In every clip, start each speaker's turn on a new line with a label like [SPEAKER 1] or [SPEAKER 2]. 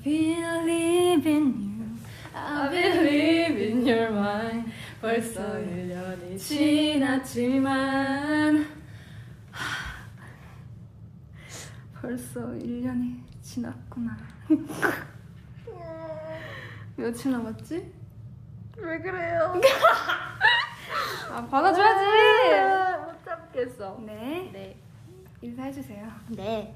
[SPEAKER 1] believe in you. I believe in your mind. 벌써 1년이 지났지만 하, 벌써 1년이 지났구나. 며칠 남았지?
[SPEAKER 2] 왜 그래요?
[SPEAKER 1] 아, 받아줘야지.
[SPEAKER 2] 못 참겠어.
[SPEAKER 1] 네,
[SPEAKER 2] 네.
[SPEAKER 1] 인사해 주세요.
[SPEAKER 2] 네.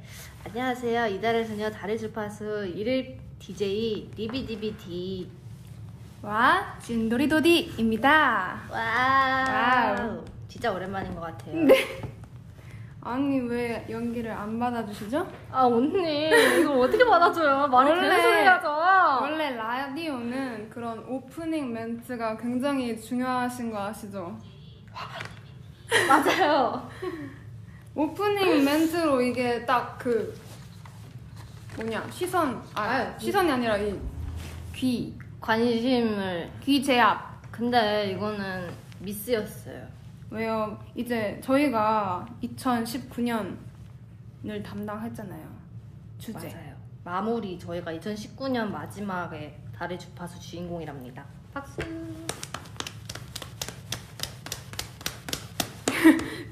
[SPEAKER 2] 안녕하세요. 이달의 소녀 달의 주파수 일일 DJ 리비디비디.
[SPEAKER 1] 와, 진도리도디입니다. 와우.
[SPEAKER 2] 와우. 진짜 오랜만인 것 같아요. 네.
[SPEAKER 1] 아니 왜 연기를 안 받아주시죠?
[SPEAKER 2] 아 언니 이걸 어떻게 받아줘요? 말이
[SPEAKER 1] 원래-
[SPEAKER 2] 되는 소리 하죠.
[SPEAKER 1] 원래 라디오는 그런 오프닝 멘트가 굉장히 중요하신 거 아시죠?
[SPEAKER 2] 맞아요.
[SPEAKER 1] 오프닝
[SPEAKER 2] 음.
[SPEAKER 1] 멘트로 이게 딱 그 뭐냐 시선 아,
[SPEAKER 2] 아,
[SPEAKER 1] 시선이 아니라 이 귀
[SPEAKER 2] 관심을.
[SPEAKER 1] 귀제압
[SPEAKER 2] 근데 이거는 미스였어요.
[SPEAKER 1] 왜요? 이제 저희가 2019년을 담당했잖아요 주제
[SPEAKER 2] 맞아요. 마무리 저희가 2019년 마지막에 달의 주파수 주인공이랍니다. 박수.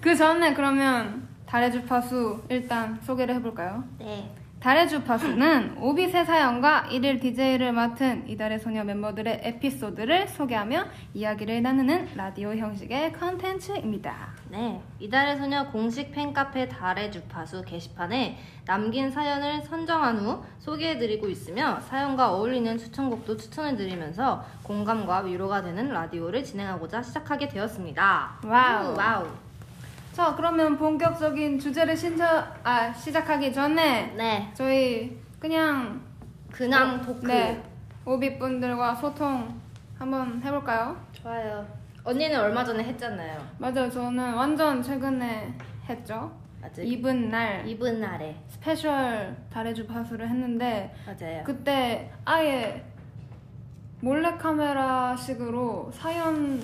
[SPEAKER 1] 그 전에 그러면 달의 주파수 일단 소개를 해볼까요?
[SPEAKER 2] 네.
[SPEAKER 1] 달의 주파수는 오빛의 사연과 일일 DJ를 맡은 이달의 소녀 멤버들의 에피소드를 소개하며 이야기를 나누는 라디오 형식의 컨텐츠입니다.
[SPEAKER 2] 네, 이달의 소녀 공식 팬카페 달의 주파수 게시판에 남긴 사연을 선정한 후 소개해드리고 있으며 사연과 어울리는 추천곡도 추천해드리면서 공감과 위로가 되는 라디오를 진행하고자 시작하게 되었습니다.
[SPEAKER 1] 와우.
[SPEAKER 2] 우, 와우.
[SPEAKER 1] 자, 그러면 본격적인 주제를 신청, 아, 시작하기 전에
[SPEAKER 2] 네,
[SPEAKER 1] 저희 그냥
[SPEAKER 2] 근황 토크.
[SPEAKER 1] 네, 오빛분들과 소통 한번 해볼까요?
[SPEAKER 2] 좋아요. 언니는 얼마 전에 했잖아요.
[SPEAKER 1] 맞아요, 저는 완전 최근에 했죠.
[SPEAKER 2] 아직
[SPEAKER 1] 입은 날
[SPEAKER 2] 입은 날에.
[SPEAKER 1] 스페셜 달의 주파수를 했는데
[SPEAKER 2] 맞아요.
[SPEAKER 1] 그때 아예 몰래카메라 식으로 사연에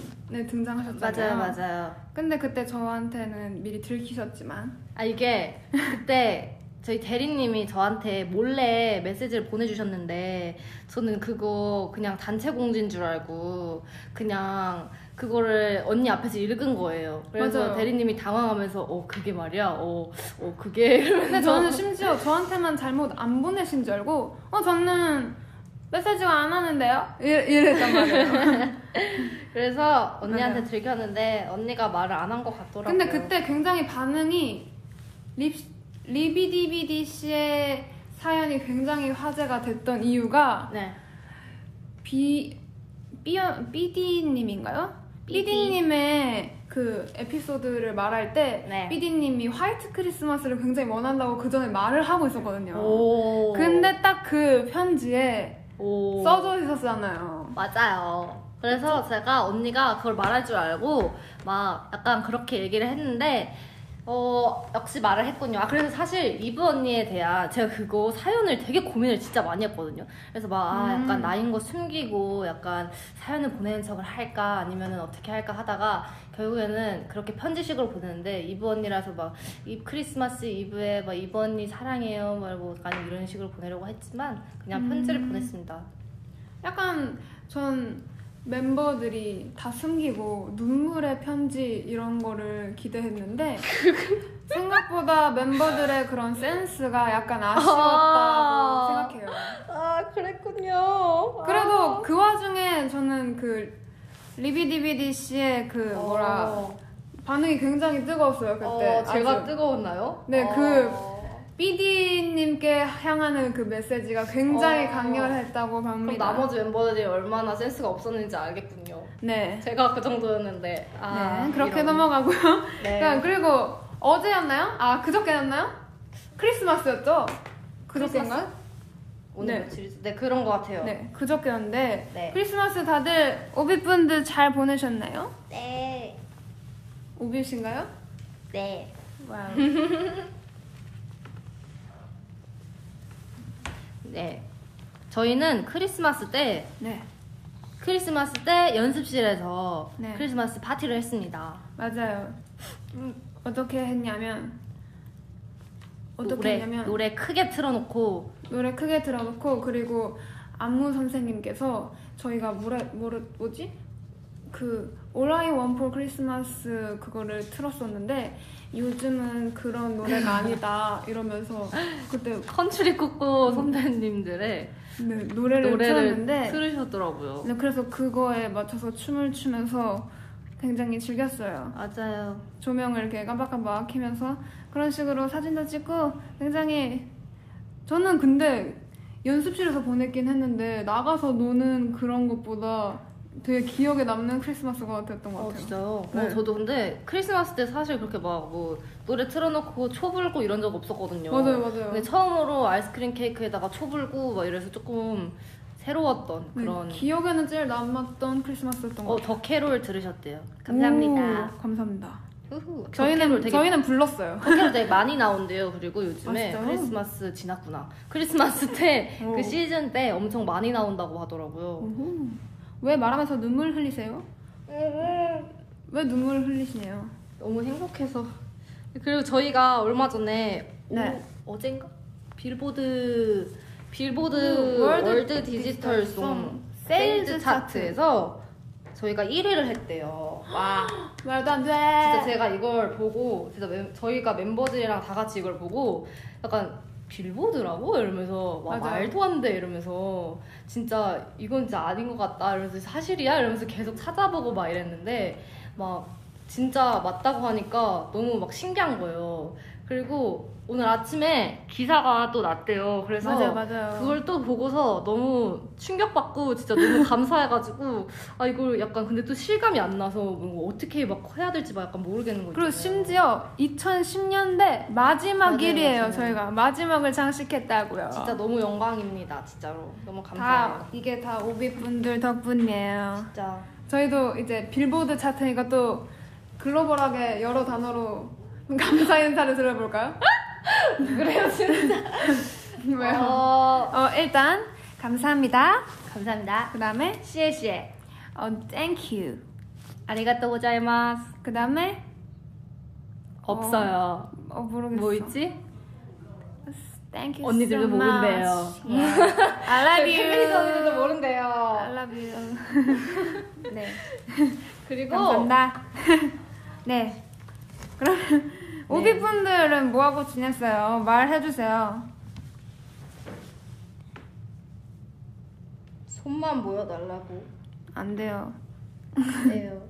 [SPEAKER 1] 등장하셨잖아요.
[SPEAKER 2] 맞아요, 맞아요.
[SPEAKER 1] 근데 그때 저한테는 미리 들키셨지만
[SPEAKER 2] 아 이게 그때 저희 대리님이 저한테 몰래 메시지를 보내주셨는데 저는 그거 그냥 단체 공지인 줄 알고 그냥 그거를 언니 앞에서 읽은 거예요. 그래서
[SPEAKER 1] 맞아요.
[SPEAKER 2] 대리님이 당황하면서 어 그게 말이야, 어, 어 그게
[SPEAKER 1] 근데 저는 심지어 저한테만 잘못 안 보내신 줄 알고 어 저는 메시지가 안 하는데요? 이래- 이랬단 말이에요.
[SPEAKER 2] 그래서 언니한테 들켰는데 언니가 말을 안 한 것 같더라고요.
[SPEAKER 1] 네. 근데 그때 굉장히 반응이 립, 리비디비디 씨의 사연이 굉장히 화제가 됐던 이유가
[SPEAKER 2] 네
[SPEAKER 1] 비 삐어 삐디님인가요?
[SPEAKER 2] 삐디.
[SPEAKER 1] 삐디님의 그 에피소드를 말할 때
[SPEAKER 2] 네.
[SPEAKER 1] 삐디님이 화이트 크리스마스를 굉장히 원한다고 그 전에 말을 하고 있었거든요.
[SPEAKER 2] 오
[SPEAKER 1] 근데 딱 그 편지에
[SPEAKER 2] 오.
[SPEAKER 1] 써져 있었잖아요.
[SPEAKER 2] 맞아요. 그래서 제가 언니가 그걸 말할 줄 알고 막 약간 그렇게 얘기를 했는데 어 역시 말을 했군요. 아 그래서 사실 이브 언니에 대한 제가 그거 사연을 되게 고민을 진짜 많이 했거든요. 그래서 막 아,
[SPEAKER 1] 음.
[SPEAKER 2] 약간 나인 거 숨기고 약간 사연을 보내는 척을 할까 아니면은 어떻게 할까 하다가 결국에는 그렇게 편지식으로 보냈는데 이브 언니라서 막 이 크리스마스 이브에 막 이브 언니 사랑해요 말고 약간 이런 식으로 보내려고 했지만 그냥 편지를
[SPEAKER 1] 음.
[SPEAKER 2] 보냈습니다.
[SPEAKER 1] 약간 전 멤버들이 다 숨기고 눈물의 편지 이런 거를 기대했는데 생각보다 멤버들의 그런 센스가 약간 아쉬웠다고
[SPEAKER 2] 아.
[SPEAKER 1] 생각해요.
[SPEAKER 2] 아 그랬군요.
[SPEAKER 1] 그래도 그 와중에 저는 그 리비디비디 씨의 그
[SPEAKER 2] 아.
[SPEAKER 1] 뭐라
[SPEAKER 2] 어,
[SPEAKER 1] 반응이 굉장히 뜨거웠어요 그때.
[SPEAKER 2] 어, 제가
[SPEAKER 1] 아주.
[SPEAKER 2] 뜨거웠나요?
[SPEAKER 1] 네,
[SPEAKER 2] 어.
[SPEAKER 1] 그 BD님께 향하는 그 메시지가 굉장히
[SPEAKER 2] 어.
[SPEAKER 1] 강렬했다고
[SPEAKER 2] 그럼
[SPEAKER 1] 봅니다.
[SPEAKER 2] 나머지 멤버들이 얼마나 센스가 없었는지 알겠군요.
[SPEAKER 1] 네.
[SPEAKER 2] 제가 그 정도였는데. 아,
[SPEAKER 1] 네, 그렇게
[SPEAKER 2] 이런.
[SPEAKER 1] 넘어가고요.
[SPEAKER 2] 네.
[SPEAKER 1] 그러니까 그리고 어제였나요? 아 그저께였나요? 크리스마스였죠? 그저께인가요?
[SPEAKER 2] 오늘
[SPEAKER 1] 네.
[SPEAKER 2] 며칠이죠? 네 그런 것 같아요.
[SPEAKER 1] 네, 그저께였는데
[SPEAKER 2] 네.
[SPEAKER 1] 크리스마스 다들 오빛분들 잘 보내셨나요?
[SPEAKER 2] 네.
[SPEAKER 1] 오빛인가요?
[SPEAKER 2] 네.
[SPEAKER 1] 와우.
[SPEAKER 2] 네. 저희는 크리스마스 때
[SPEAKER 1] 네.
[SPEAKER 2] 크리스마스 때 연습실에서
[SPEAKER 1] 네.
[SPEAKER 2] 크리스마스 파티를 했습니다.
[SPEAKER 1] 음, 맞아요. 어떻게 했냐면 어떻게
[SPEAKER 2] 노래,
[SPEAKER 1] 했냐면-
[SPEAKER 2] 노래 크게 틀어놓고
[SPEAKER 1] 노래 크게 들어놓고 그리고 안무 선생님께서 저희가 뭐라 뭐라 뭐지 그 All I Want for Christmas 그거를 틀었었는데 요즘은 그런 노래가 아니다 이러면서 그때
[SPEAKER 2] 컨츄리 꽂고 선배님들의
[SPEAKER 1] 네, 음. 노래를,
[SPEAKER 2] 노래를
[SPEAKER 1] 틀었는데
[SPEAKER 2] 들으셨더라고요.
[SPEAKER 1] 네, 그래서 그거에 맞춰서 춤을 추면서 굉장히 즐겼어요.
[SPEAKER 2] 맞아요.
[SPEAKER 1] 조명을 이렇게 깜박깜박 켜면서 그런 식으로 사진도 찍고 굉장히 저는 근데 연습실에서 보냈긴 했는데 나가서 노는 그런 것보다 되게 기억에 남는 크리스마스가 됐던 것
[SPEAKER 2] 어,
[SPEAKER 1] 같아요.
[SPEAKER 2] 진짜요?
[SPEAKER 1] 네.
[SPEAKER 2] 어, 저도 근데 크리스마스 때 사실 그렇게 막 뭐 노래 틀어놓고 초 불고 이런 적 없었거든요.
[SPEAKER 1] 맞아요, 맞아요. 네,
[SPEAKER 2] 근데 처음으로 아이스크림 케이크에다가 초 불고 막 이래서 조금 새로웠던
[SPEAKER 1] 네,
[SPEAKER 2] 그런
[SPEAKER 1] 기억에는 제일 남았던 크리스마스였던 것
[SPEAKER 2] 어,
[SPEAKER 1] 같아요.
[SPEAKER 2] 더 캐롤 들으셨대요. 감사합니다.
[SPEAKER 1] 오, 감사합니다.
[SPEAKER 2] 후후. 더 캐롤
[SPEAKER 1] 저희는
[SPEAKER 2] 되게
[SPEAKER 1] 저희는 불렀어요.
[SPEAKER 2] 덕캐롤 되게 많이 나온대요. 그리고 요즘에
[SPEAKER 1] 진짜요?
[SPEAKER 2] 크리스마스 지났구나. 크리스마스 때
[SPEAKER 1] 오.
[SPEAKER 2] 그 시즌 때 엄청 많이 나온다고 하더라고요.
[SPEAKER 1] 오호. 왜 말하면서 눈물 흘리세요? 음. 왜 눈물 흘리시네요?
[SPEAKER 2] 너무 행복해서. 그리고 저희가 얼마 전에
[SPEAKER 1] 네.
[SPEAKER 2] 오, 어젠가 빌보드 빌보드
[SPEAKER 1] 그 월드
[SPEAKER 2] 음, 월드, 디지털
[SPEAKER 1] 디지털
[SPEAKER 2] 송
[SPEAKER 1] 송
[SPEAKER 2] 세일즈
[SPEAKER 1] 세일즈
[SPEAKER 2] 차트에서 저희가 1위를 했대요. 와.
[SPEAKER 1] 말도 안 돼.
[SPEAKER 2] 진짜
[SPEAKER 1] 네.
[SPEAKER 2] 제가 이걸 보고 진짜 멤- 저희가 멤버들이랑 다 같이 이걸 보고 약간 빌보드라고 이러면서 와,
[SPEAKER 1] 맞아요.
[SPEAKER 2] 말도 안 돼 이러면서 진짜 이건 진짜 아닌 것 같다 이러면서 사실이야 이러면서 계속 찾아보고 막 이랬는데 막 진짜 맞다고 하니까 너무 막 신기한 거예요. 그리고 오늘 아침에 기사가 또 났대요. 그래서
[SPEAKER 1] 맞아요, 맞아요.
[SPEAKER 2] 그걸 또 보고서 너무 충격받고 진짜 너무 감사해가지고 아 이걸 약간 근데 또 실감이 안 나서 뭔가 어떻게 막 해야 될지 막 약간 모르겠는 거
[SPEAKER 1] 그리고
[SPEAKER 2] 있잖아요.
[SPEAKER 1] 심지어 2010년대 마지막
[SPEAKER 2] 맞아요,
[SPEAKER 1] 1위예요
[SPEAKER 2] 맞아요.
[SPEAKER 1] 저희가 마지막을 장식했다고요.
[SPEAKER 2] 진짜 너무 영광입니다 진짜로 너무 감사해요
[SPEAKER 1] 다 이게 다 오비 분들 덕분이에요.
[SPEAKER 2] 진짜
[SPEAKER 1] 저희도 이제 빌보드 차트니까 또 글로벌하게 여러 단어로 감사 인사를 드려볼까요?
[SPEAKER 2] 그래요 진짜
[SPEAKER 1] 왜요?
[SPEAKER 2] 어,
[SPEAKER 1] 어 일단 감사합니다.
[SPEAKER 2] 감사합니다
[SPEAKER 1] 그다음에
[SPEAKER 2] 씨에씨에
[SPEAKER 1] 어 thank you.
[SPEAKER 2] 아리가또 고자이마스
[SPEAKER 1] 그다음에
[SPEAKER 2] 없어요
[SPEAKER 1] 어 모르겠어.
[SPEAKER 2] 뭐 있지?
[SPEAKER 1] Thank you.
[SPEAKER 2] 언니들도
[SPEAKER 1] so
[SPEAKER 2] 모른대요.
[SPEAKER 1] much.
[SPEAKER 2] 네,
[SPEAKER 1] Yeah. I love you.
[SPEAKER 2] 언니들도 모른대요
[SPEAKER 1] I love you. 네.
[SPEAKER 2] 그리고
[SPEAKER 1] 감사합니다. 네. 그럼
[SPEAKER 2] 네.
[SPEAKER 1] 오비분들은 뭐 하고 지냈어요? 말해주세요.
[SPEAKER 2] 손만 모여달라고
[SPEAKER 1] 안 돼요.
[SPEAKER 2] 해요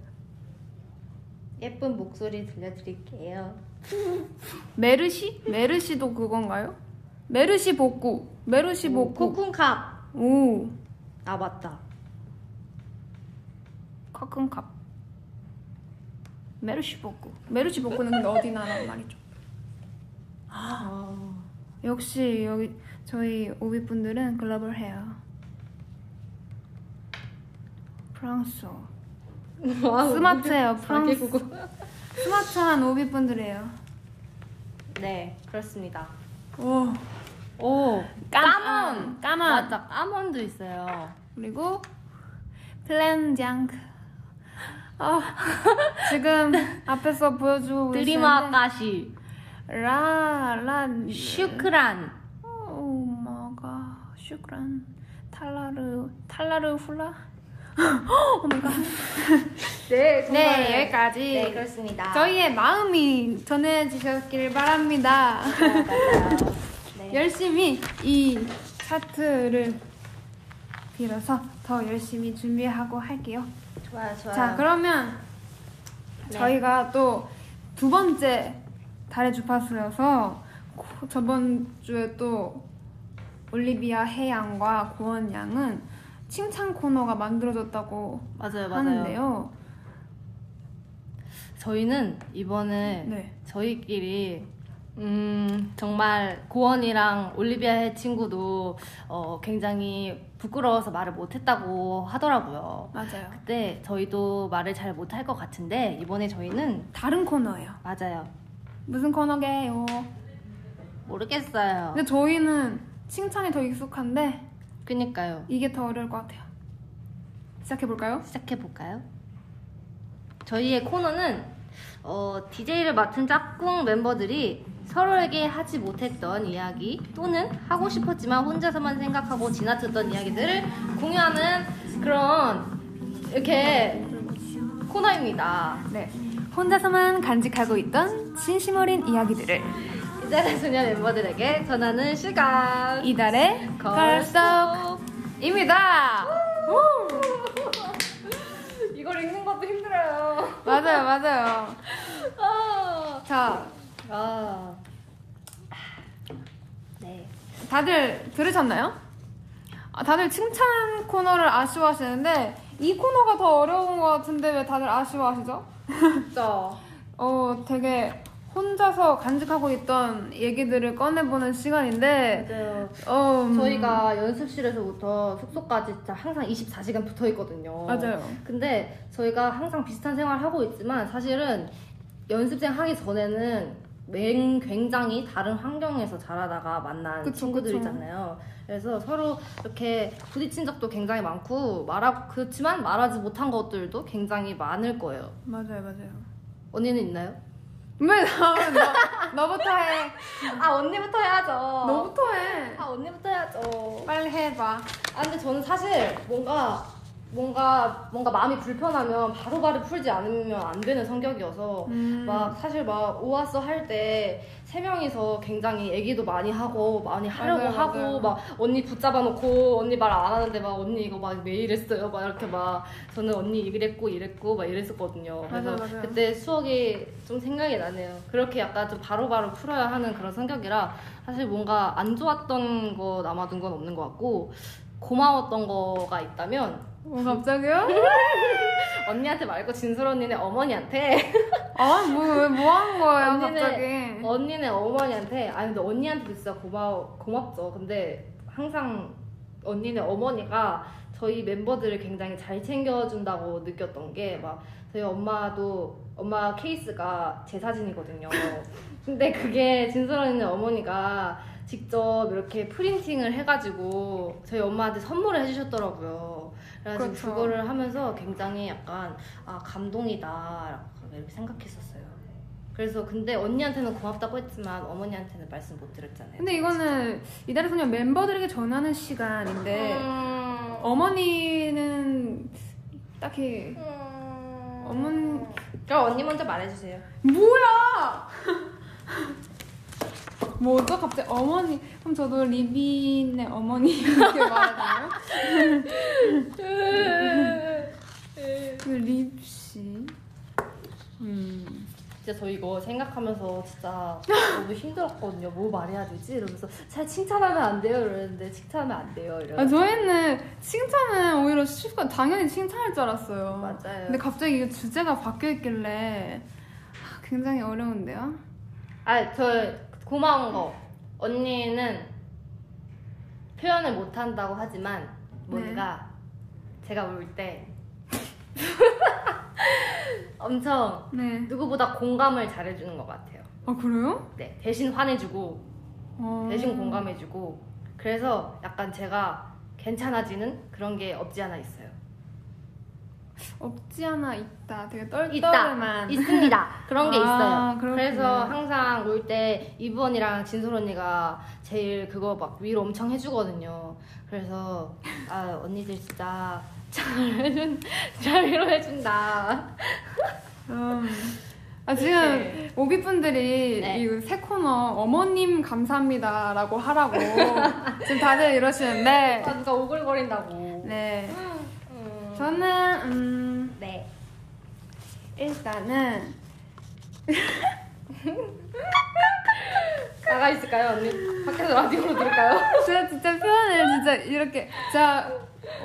[SPEAKER 2] 예쁜 목소리 들려드릴게요
[SPEAKER 1] 메르시? 메르시도 그건가요? 메르시 복구. 메르시 복구.
[SPEAKER 2] 코쿤캅
[SPEAKER 1] 오.
[SPEAKER 2] 아 맞다
[SPEAKER 1] 커큰컵. 메르시 복구. 메르시 복구는 근데 어디 나라 말이죠? 아. 역시 여기 저희 오비분들은 글로벌해요. 프랑스어. 스마트해요,
[SPEAKER 2] 아,
[SPEAKER 1] 프랑스. 스마트한 오비분들이에요.
[SPEAKER 2] 네 그렇습니다
[SPEAKER 1] 오.
[SPEAKER 2] 오 까몬
[SPEAKER 1] 아, 까만.
[SPEAKER 2] 맞다 까몬도 있어요
[SPEAKER 1] 그리고 플랜장크. 어, 지금 앞에서 보여주고 계시는데
[SPEAKER 2] 드리마까시
[SPEAKER 1] 라라
[SPEAKER 2] 네. 슈크란
[SPEAKER 1] 오 마가 슈크란 탈라르 탈라르 훌라. 오 마이 갓.
[SPEAKER 2] 네
[SPEAKER 1] 네 여기까지.
[SPEAKER 2] 네 그렇습니다
[SPEAKER 1] 저희의 마음이 전해지셨길 바랍니다.
[SPEAKER 2] 네.
[SPEAKER 1] 열심히 이 차트를 빌어서 더 열심히 준비하고 할게요.
[SPEAKER 2] 좋아요 좋아요
[SPEAKER 1] 자, 그러면
[SPEAKER 2] 네.
[SPEAKER 1] 저희가 또 두 번째 달의 주파수여서 고- 저번 주에 또 올리비아 해양과 고원 양은 칭찬 코너가 만들어졌다고
[SPEAKER 2] 네, 맞아요 맞아요
[SPEAKER 1] 하는데요.
[SPEAKER 2] 저희는 이번에
[SPEAKER 1] 네.
[SPEAKER 2] 저희끼리 음 정말 고원이랑 올리비아의 친구도 어, 굉장히 부끄러워서 말을 못했다고 하더라고요.
[SPEAKER 1] 맞아요.
[SPEAKER 2] 그때 저희도 말을 잘 못할 것 같은데 이번에 저희는
[SPEAKER 1] 다른 코너예요.
[SPEAKER 2] 맞아요.
[SPEAKER 1] 무슨 코너게요?
[SPEAKER 2] 모르겠어요.
[SPEAKER 1] 근데 저희는 칭찬이 더 익숙한데
[SPEAKER 2] 그니까요.
[SPEAKER 1] 이게 더 어려울 것 같아요. 시작해 볼까요?
[SPEAKER 2] 시작해 볼까요? 저희의 코너는 어, DJ를 맡은 짝꿍 멤버들이 서로에게 하지 못했던 이야기 또는 하고 싶었지만 혼자서만 생각하고 지나쳤던 이야기들을 공유하는 그런 이렇게 코너입니다.
[SPEAKER 3] 네. 혼자서만 간직하고 있던 진심 어린 이야기들을
[SPEAKER 2] 이달의 소녀 멤버들에게 전하는 시간.
[SPEAKER 3] 이달의 걸석입니다.
[SPEAKER 2] 이걸 읽는 것도 힘들어요.
[SPEAKER 3] 맞아요, 맞아요.
[SPEAKER 2] 아.
[SPEAKER 3] 자,
[SPEAKER 2] 아. 네.
[SPEAKER 1] 다들 들으셨나요? 아, 다들 칭찬 코너를 아쉬워하시는데 이 코너가 더 어려운 것 같은데 왜 다들 아쉬워하시죠?
[SPEAKER 2] 진짜.
[SPEAKER 1] 어, 되게 혼자서 간직하고 있던 얘기들을 꺼내보는 시간인데
[SPEAKER 2] 맞아요.
[SPEAKER 1] 어, 네. 음,
[SPEAKER 2] 그 저희가 연습실에서부터 숙소까지 진짜 항상 24시간 붙어 있거든요.
[SPEAKER 1] 맞아요.
[SPEAKER 2] 근데 저희가 항상 비슷한 생활을 하고 있지만 사실은 연습생 하기 전에는 맹- 굉장히 다른 환경에서 자라다가 만난
[SPEAKER 1] 그쵸,
[SPEAKER 2] 친구들이잖아요. 그래서 서로 이렇게 부딪힌 적도 굉장히 많고 말하 그렇지만 말하지 못한 것들도 굉장히 많을 거예요.
[SPEAKER 1] 맞아요, 맞아요.
[SPEAKER 2] 언니는 있나요?
[SPEAKER 1] 왜 나, 나, 너부터 해.
[SPEAKER 2] 아 언니부터 해야죠.
[SPEAKER 1] 너부터 해.
[SPEAKER 2] 아 언니부터 해야죠.
[SPEAKER 1] 빨리 해봐.
[SPEAKER 2] 아 근데 저는 사실 뭔가 뭔가 뭔가 마음이 불편하면 바로바로 풀지 않으면 안 되는 성격이어서
[SPEAKER 1] 음.
[SPEAKER 2] 막 사실 막 오아서 할 때 세 명이서 굉장히 얘기도 많이 하고 많이 하려고
[SPEAKER 1] 맞아요,
[SPEAKER 2] 하고
[SPEAKER 1] 맞아요.
[SPEAKER 2] 막 언니 붙잡아 놓고 언니 말 안 하는데 막 언니 이거 막 왜 이랬어요 막 이렇게 막 저는 언니 이랬고 이랬고 막 이랬었거든요. 그래서
[SPEAKER 1] 맞아요, 맞아요.
[SPEAKER 2] 그때 추억이 좀 생각이 나네요. 그렇게 약간 좀 바로바로 풀어야 하는 그런 성격이라 사실 뭔가 안 좋았던 거 남아둔 건 없는 것 같고 고마웠던 거가 있다면
[SPEAKER 1] 뭐 갑자기요?
[SPEAKER 2] 언니한테 말고 진솔 언니네 어머니한테
[SPEAKER 1] 아, 뭐, 왜, 뭐 하는 거예요,
[SPEAKER 2] 언니는- 뭐-
[SPEAKER 1] 갑자기.
[SPEAKER 2] 언니네 어머니한테 아니 근데 언니한테도 진짜 고마워 고맙죠. 근데 항상 언니네 어머니가 저희 멤버들을 굉장히 잘 챙겨준다고 느꼈던 게 막 저희 엄마도 엄마 케이스가 제 사진이거든요. 근데 그게 진솔 언니네 어머니가 직접 이렇게 프린팅을 해가지고 저희 엄마한테 선물을 해주셨더라고요. 그래가지고
[SPEAKER 1] 그렇죠.
[SPEAKER 2] 그거를 하면서 굉장히 약간 아 감동이다 이렇게 생각했었어요. 그래서 근데 언니한테는 고맙다고 했지만 어머니한테는 말씀 못 드렸잖아요.
[SPEAKER 1] 근데 이거는 이달의 소녀 멤버들에게 전하는 시간인데,
[SPEAKER 2] 음...
[SPEAKER 1] 어머니는 딱히,
[SPEAKER 2] 음...
[SPEAKER 1] 어머니,
[SPEAKER 2] 그럼 언니 먼저 말해주세요.
[SPEAKER 1] 뭐야! 뭐죠? 갑자기 어머니. 그럼 저도 리빈의 어머니 이렇게 말하나요? 그 립씨. 음.
[SPEAKER 2] 진짜 저 이거 생각하면서 진짜 너무 힘들었거든요. 뭐 말해야 되지? 이러면서 잘 칭찬하면 안 돼요. 이러는데 칭찬하면 안 돼요.
[SPEAKER 1] 아,
[SPEAKER 2] 이러면서
[SPEAKER 1] 저희는 칭찬은 오히려 쉽고 당연히 칭찬할 줄 알았어요.
[SPEAKER 2] 맞아요.
[SPEAKER 1] 근데 갑자기 이게 주제가 바뀌어 있길래 아, 굉장히 어려운데요.
[SPEAKER 2] 아, 저 고마운 거. 언니는 표현을 못 한다고 하지만 뭔가 제가 울 때 엄청
[SPEAKER 1] 네.
[SPEAKER 2] 누구보다 공감을 잘해주는 것 같아요.
[SPEAKER 1] 아 그래요?
[SPEAKER 2] 네, 대신 화내주고
[SPEAKER 1] 어.
[SPEAKER 2] 대신 공감해주고 그래서 약간 제가 괜찮아지는 그런 게 없지 않아 있어요.
[SPEAKER 1] 없지 않아 있다. 되게
[SPEAKER 2] 있다.
[SPEAKER 1] 떨떠름한.
[SPEAKER 2] 있습니다. 그런 게
[SPEAKER 1] 아,
[SPEAKER 2] 있어요.
[SPEAKER 1] 그렇구나.
[SPEAKER 2] 그래서 항상 올 때 이브 언니랑 진솔 언니가 제일 그거 막 위로 엄청 해주거든요. 그래서 아 언니들 진짜 잘 해준 잘 위로해준다.
[SPEAKER 1] 음. 아 지금
[SPEAKER 2] 이렇게.
[SPEAKER 1] 오비 분들이
[SPEAKER 2] 네.
[SPEAKER 1] 이 새 코너 어머님 감사합니다라고 하라고 지금 다들 이러시는데
[SPEAKER 2] 아 누가 오글거린다고.
[SPEAKER 1] 네
[SPEAKER 2] 음,
[SPEAKER 1] 저는 음
[SPEAKER 2] 네.
[SPEAKER 1] 일단은
[SPEAKER 2] 나가 있을까요 언니? 밖에서 라디오로 들을까요?
[SPEAKER 1] 제가 진짜 표현을 진짜 이렇게 자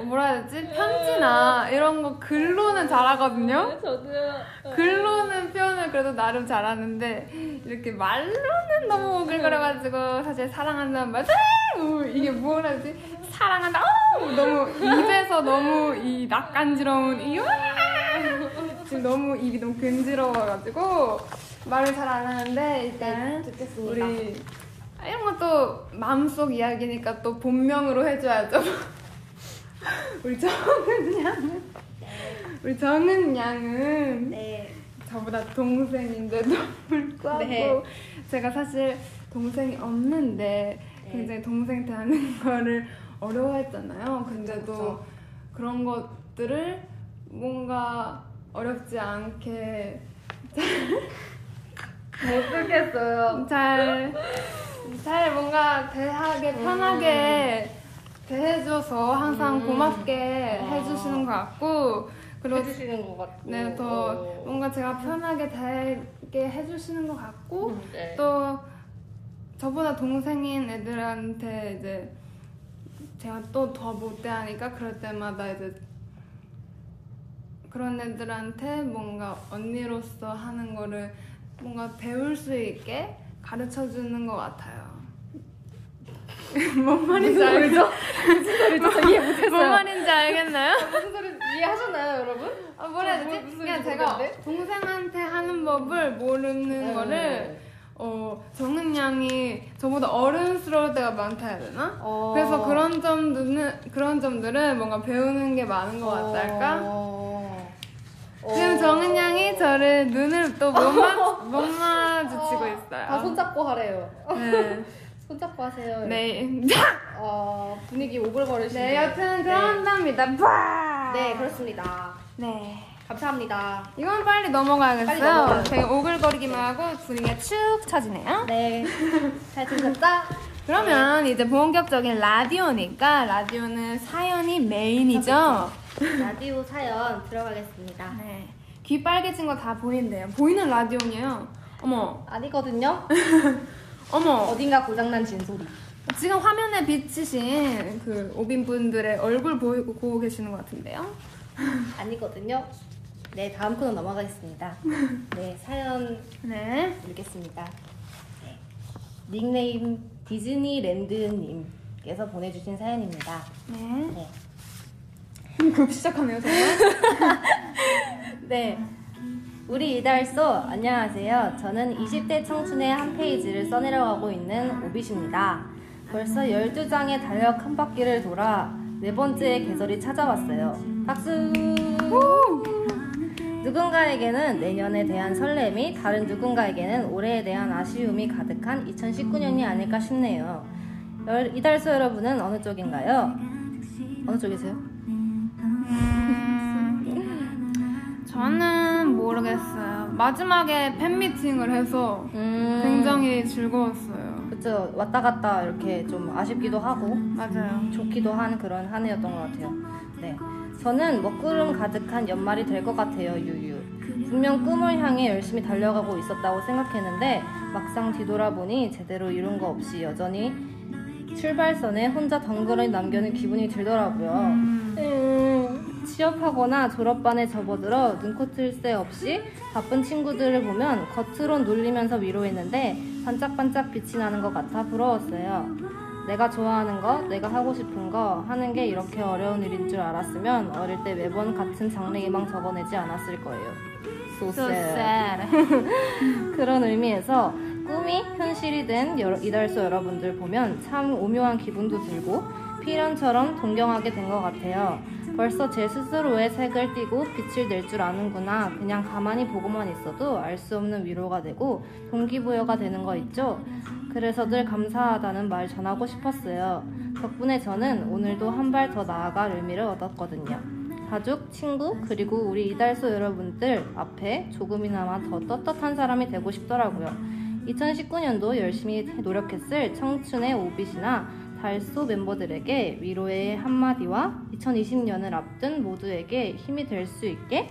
[SPEAKER 1] 뭐라 해야 되지 편지나 이런 거 글로는 잘하거든요
[SPEAKER 2] 네, 저도요.
[SPEAKER 1] 글로는 표현을 그래도 나름 잘하는데 이렇게 말로는 너무 오글거려가지고 사실 사랑한다는 말 으이! 뭐 이게 뭐라 해야 되지 사랑한다 어우! 너무 입에서 너무 이 낯간지러운 이 으아! 지금 너무 입이 너무 근지러워가지고 말을 잘 안 하는데 일단
[SPEAKER 2] 듣겠습니다.
[SPEAKER 1] 네. 우리 아, 이런 것도 마음속 이야기니까 또 본명으로 해줘야죠. 우리 정은 양은 우리 정은 양은
[SPEAKER 2] 네.
[SPEAKER 1] 저보다 동생인데도 불구하고
[SPEAKER 3] 네.
[SPEAKER 1] 제가 사실 동생이 없는데
[SPEAKER 2] 네.
[SPEAKER 1] 굉장히 동생 대하는 거를 어려워했잖아요. 근데도
[SPEAKER 2] 그쵸.
[SPEAKER 1] 그런 것들을 뭔가 어렵지 않게
[SPEAKER 2] 못 네, 듣겠어요.
[SPEAKER 1] 잘, 잘 뭔가 대하게 편하게 대해줘서 항상
[SPEAKER 2] 음. 음.
[SPEAKER 1] 고맙게
[SPEAKER 2] 아.
[SPEAKER 1] 해주시는 것 같고 그리고
[SPEAKER 2] 해주시는 것 같고. 어.
[SPEAKER 1] 네, 더 뭔가 제가 편하게 대하게 해주시는 것 같고
[SPEAKER 2] 네.
[SPEAKER 1] 또 저보다 동생인 애들한테 이제 제가 또 더 못대하니까 그럴 때마다 이제 그런 애들한테 뭔가 언니로서 하는 거를 뭔가 배울 수 있게 가르쳐 주는 것 같아요. 뭔 말인지 알죠? 뭔 말인지 알겠나요?
[SPEAKER 2] 무슨 소리 이해하셨나요, 여러분?
[SPEAKER 1] 아, 뭐라 해야
[SPEAKER 2] 뭐,
[SPEAKER 1] 되지?
[SPEAKER 2] 무슨
[SPEAKER 1] 그냥
[SPEAKER 2] 소리인지
[SPEAKER 1] 제가
[SPEAKER 2] 모르겠네.
[SPEAKER 1] 동생한테 하는 법을
[SPEAKER 2] 네.
[SPEAKER 1] 모르는 거를 어, 정은 양이 저보다 어른스러울 때가 많다 해야 되나?
[SPEAKER 2] 어.
[SPEAKER 1] 그래서 그런 점들은 그런 점들은 뭔가 배우는 게 많은 것 같달까?
[SPEAKER 2] 어.
[SPEAKER 1] 지금
[SPEAKER 2] 어.
[SPEAKER 1] 정은 양이 저를 눈을 또 못 마주치고
[SPEAKER 2] 아, 다
[SPEAKER 1] 있어요.
[SPEAKER 2] 손잡고 하래요.
[SPEAKER 1] 네.
[SPEAKER 2] 손잡고 하세요.
[SPEAKER 1] 네.
[SPEAKER 2] 어, 분위기 오글거리시네.
[SPEAKER 1] 네, 여튼 그런답니다. 네.
[SPEAKER 2] 네, 그렇습니다.
[SPEAKER 1] 네.
[SPEAKER 2] 감사합니다.
[SPEAKER 1] 이건 빨리 넘어가야겠어요.
[SPEAKER 2] 빨리 넘어가요.
[SPEAKER 1] 되게 오글거리기만 하고 분위기가 축 처지네요.
[SPEAKER 2] 네. 잘 들으셨죠? 네.
[SPEAKER 1] 그러면 이제 본격적인 라디오니까 라디오는 사연이 메인이죠.
[SPEAKER 2] 라디오 사연 들어가겠습니다.
[SPEAKER 1] 네. 귀 빨개진 거 다 보인대요. 보이는 라디오네요. 어머,
[SPEAKER 2] 아니거든요.
[SPEAKER 1] 어머.
[SPEAKER 2] 어딘가 고장난 진소리.
[SPEAKER 1] 지금 화면에 비치신 그 오빈 분들의 얼굴 보이고 보고 계시는 것 같은데요.
[SPEAKER 2] 아니거든요. 네, 다음 코너 넘어가겠습니다. 네, 사연
[SPEAKER 1] 네.
[SPEAKER 2] 읽겠습니다. 네. 닉네임 디즈니랜드님께서 보내주신 사연입니다.
[SPEAKER 1] 네.
[SPEAKER 2] 네.
[SPEAKER 1] 급 시작하네요, 정말.
[SPEAKER 2] 네. 우리 이달소 안녕하세요. 저는 20대 청춘의 한 페이지를 써내려가고 있는 오빗입니다. 벌써 12장의 달력 한 바퀴를 돌아 네 번째 계절이 찾아왔어요. 박수! 누군가에게는 내년에 대한 설렘이 다른 누군가에게는 올해에 대한 아쉬움이 가득한 2019년이 아닐까 싶네요. 열, 이달소 여러분은 어느 쪽인가요? 어느 쪽이세요?
[SPEAKER 1] 음, 저는 모르겠어요. 마지막에 팬미팅을 해서
[SPEAKER 2] 음,
[SPEAKER 1] 굉장히 즐거웠어요.
[SPEAKER 2] 그쵸 왔다 갔다 이렇게 좀 아쉽기도 하고
[SPEAKER 1] 맞아요.
[SPEAKER 2] 좋기도 한 그런 한 해였던 것 같아요. 네. 저는 먹구름 가득한 연말이 될 것 같아요, 유유. 분명 꿈을 향해 열심히 달려가고 있었다고 생각했는데 막상 뒤돌아보니 제대로 이룬 거 없이 여전히 출발선에 혼자 덩그러니 남겨는 기분이 들더라고요. 음, 취업하거나 졸업반에 접어들어 눈코뜰 새 없이 바쁜 친구들을 보면 겉으론 놀리면서 위로했는데 반짝반짝 빛이 나는 것 같아 부러웠어요. 내가 좋아하는 거, 내가 하고 싶은 거 하는 게 이렇게 어려운 일인 줄 알았으면 어릴 때 매번 같은 장래 희망 적어내지 않았을 거예요.
[SPEAKER 3] So
[SPEAKER 2] 소세.
[SPEAKER 3] sad.
[SPEAKER 2] 그런 의미에서 꿈이 현실이 된 여러- 이달소 여러분들 보면 참 오묘한 기분도 들고 필연처럼 동경하게 된 것 같아요. 벌써 제 스스로의 색을 띠고 빛을 낼 줄 아는구나. 그냥 가만히 보고만 있어도 알 수 없는 위로가 되고 동기부여가 되는 거 있죠? 그래서 늘 감사하다는 말 전하고 싶었어요. 덕분에 저는 오늘도 한 발 더 나아갈 의미를 얻었거든요. 가족, 친구, 그리고 우리 이달소 여러분들 앞에 조금이나마 더 떳떳한 사람이 되고 싶더라고요. 2019년도 열심히 노력했을 청춘의 오빛이나 달소 멤버들에게 위로의 한마디와 2020년을 앞둔 모두에게 힘이 될 수 있게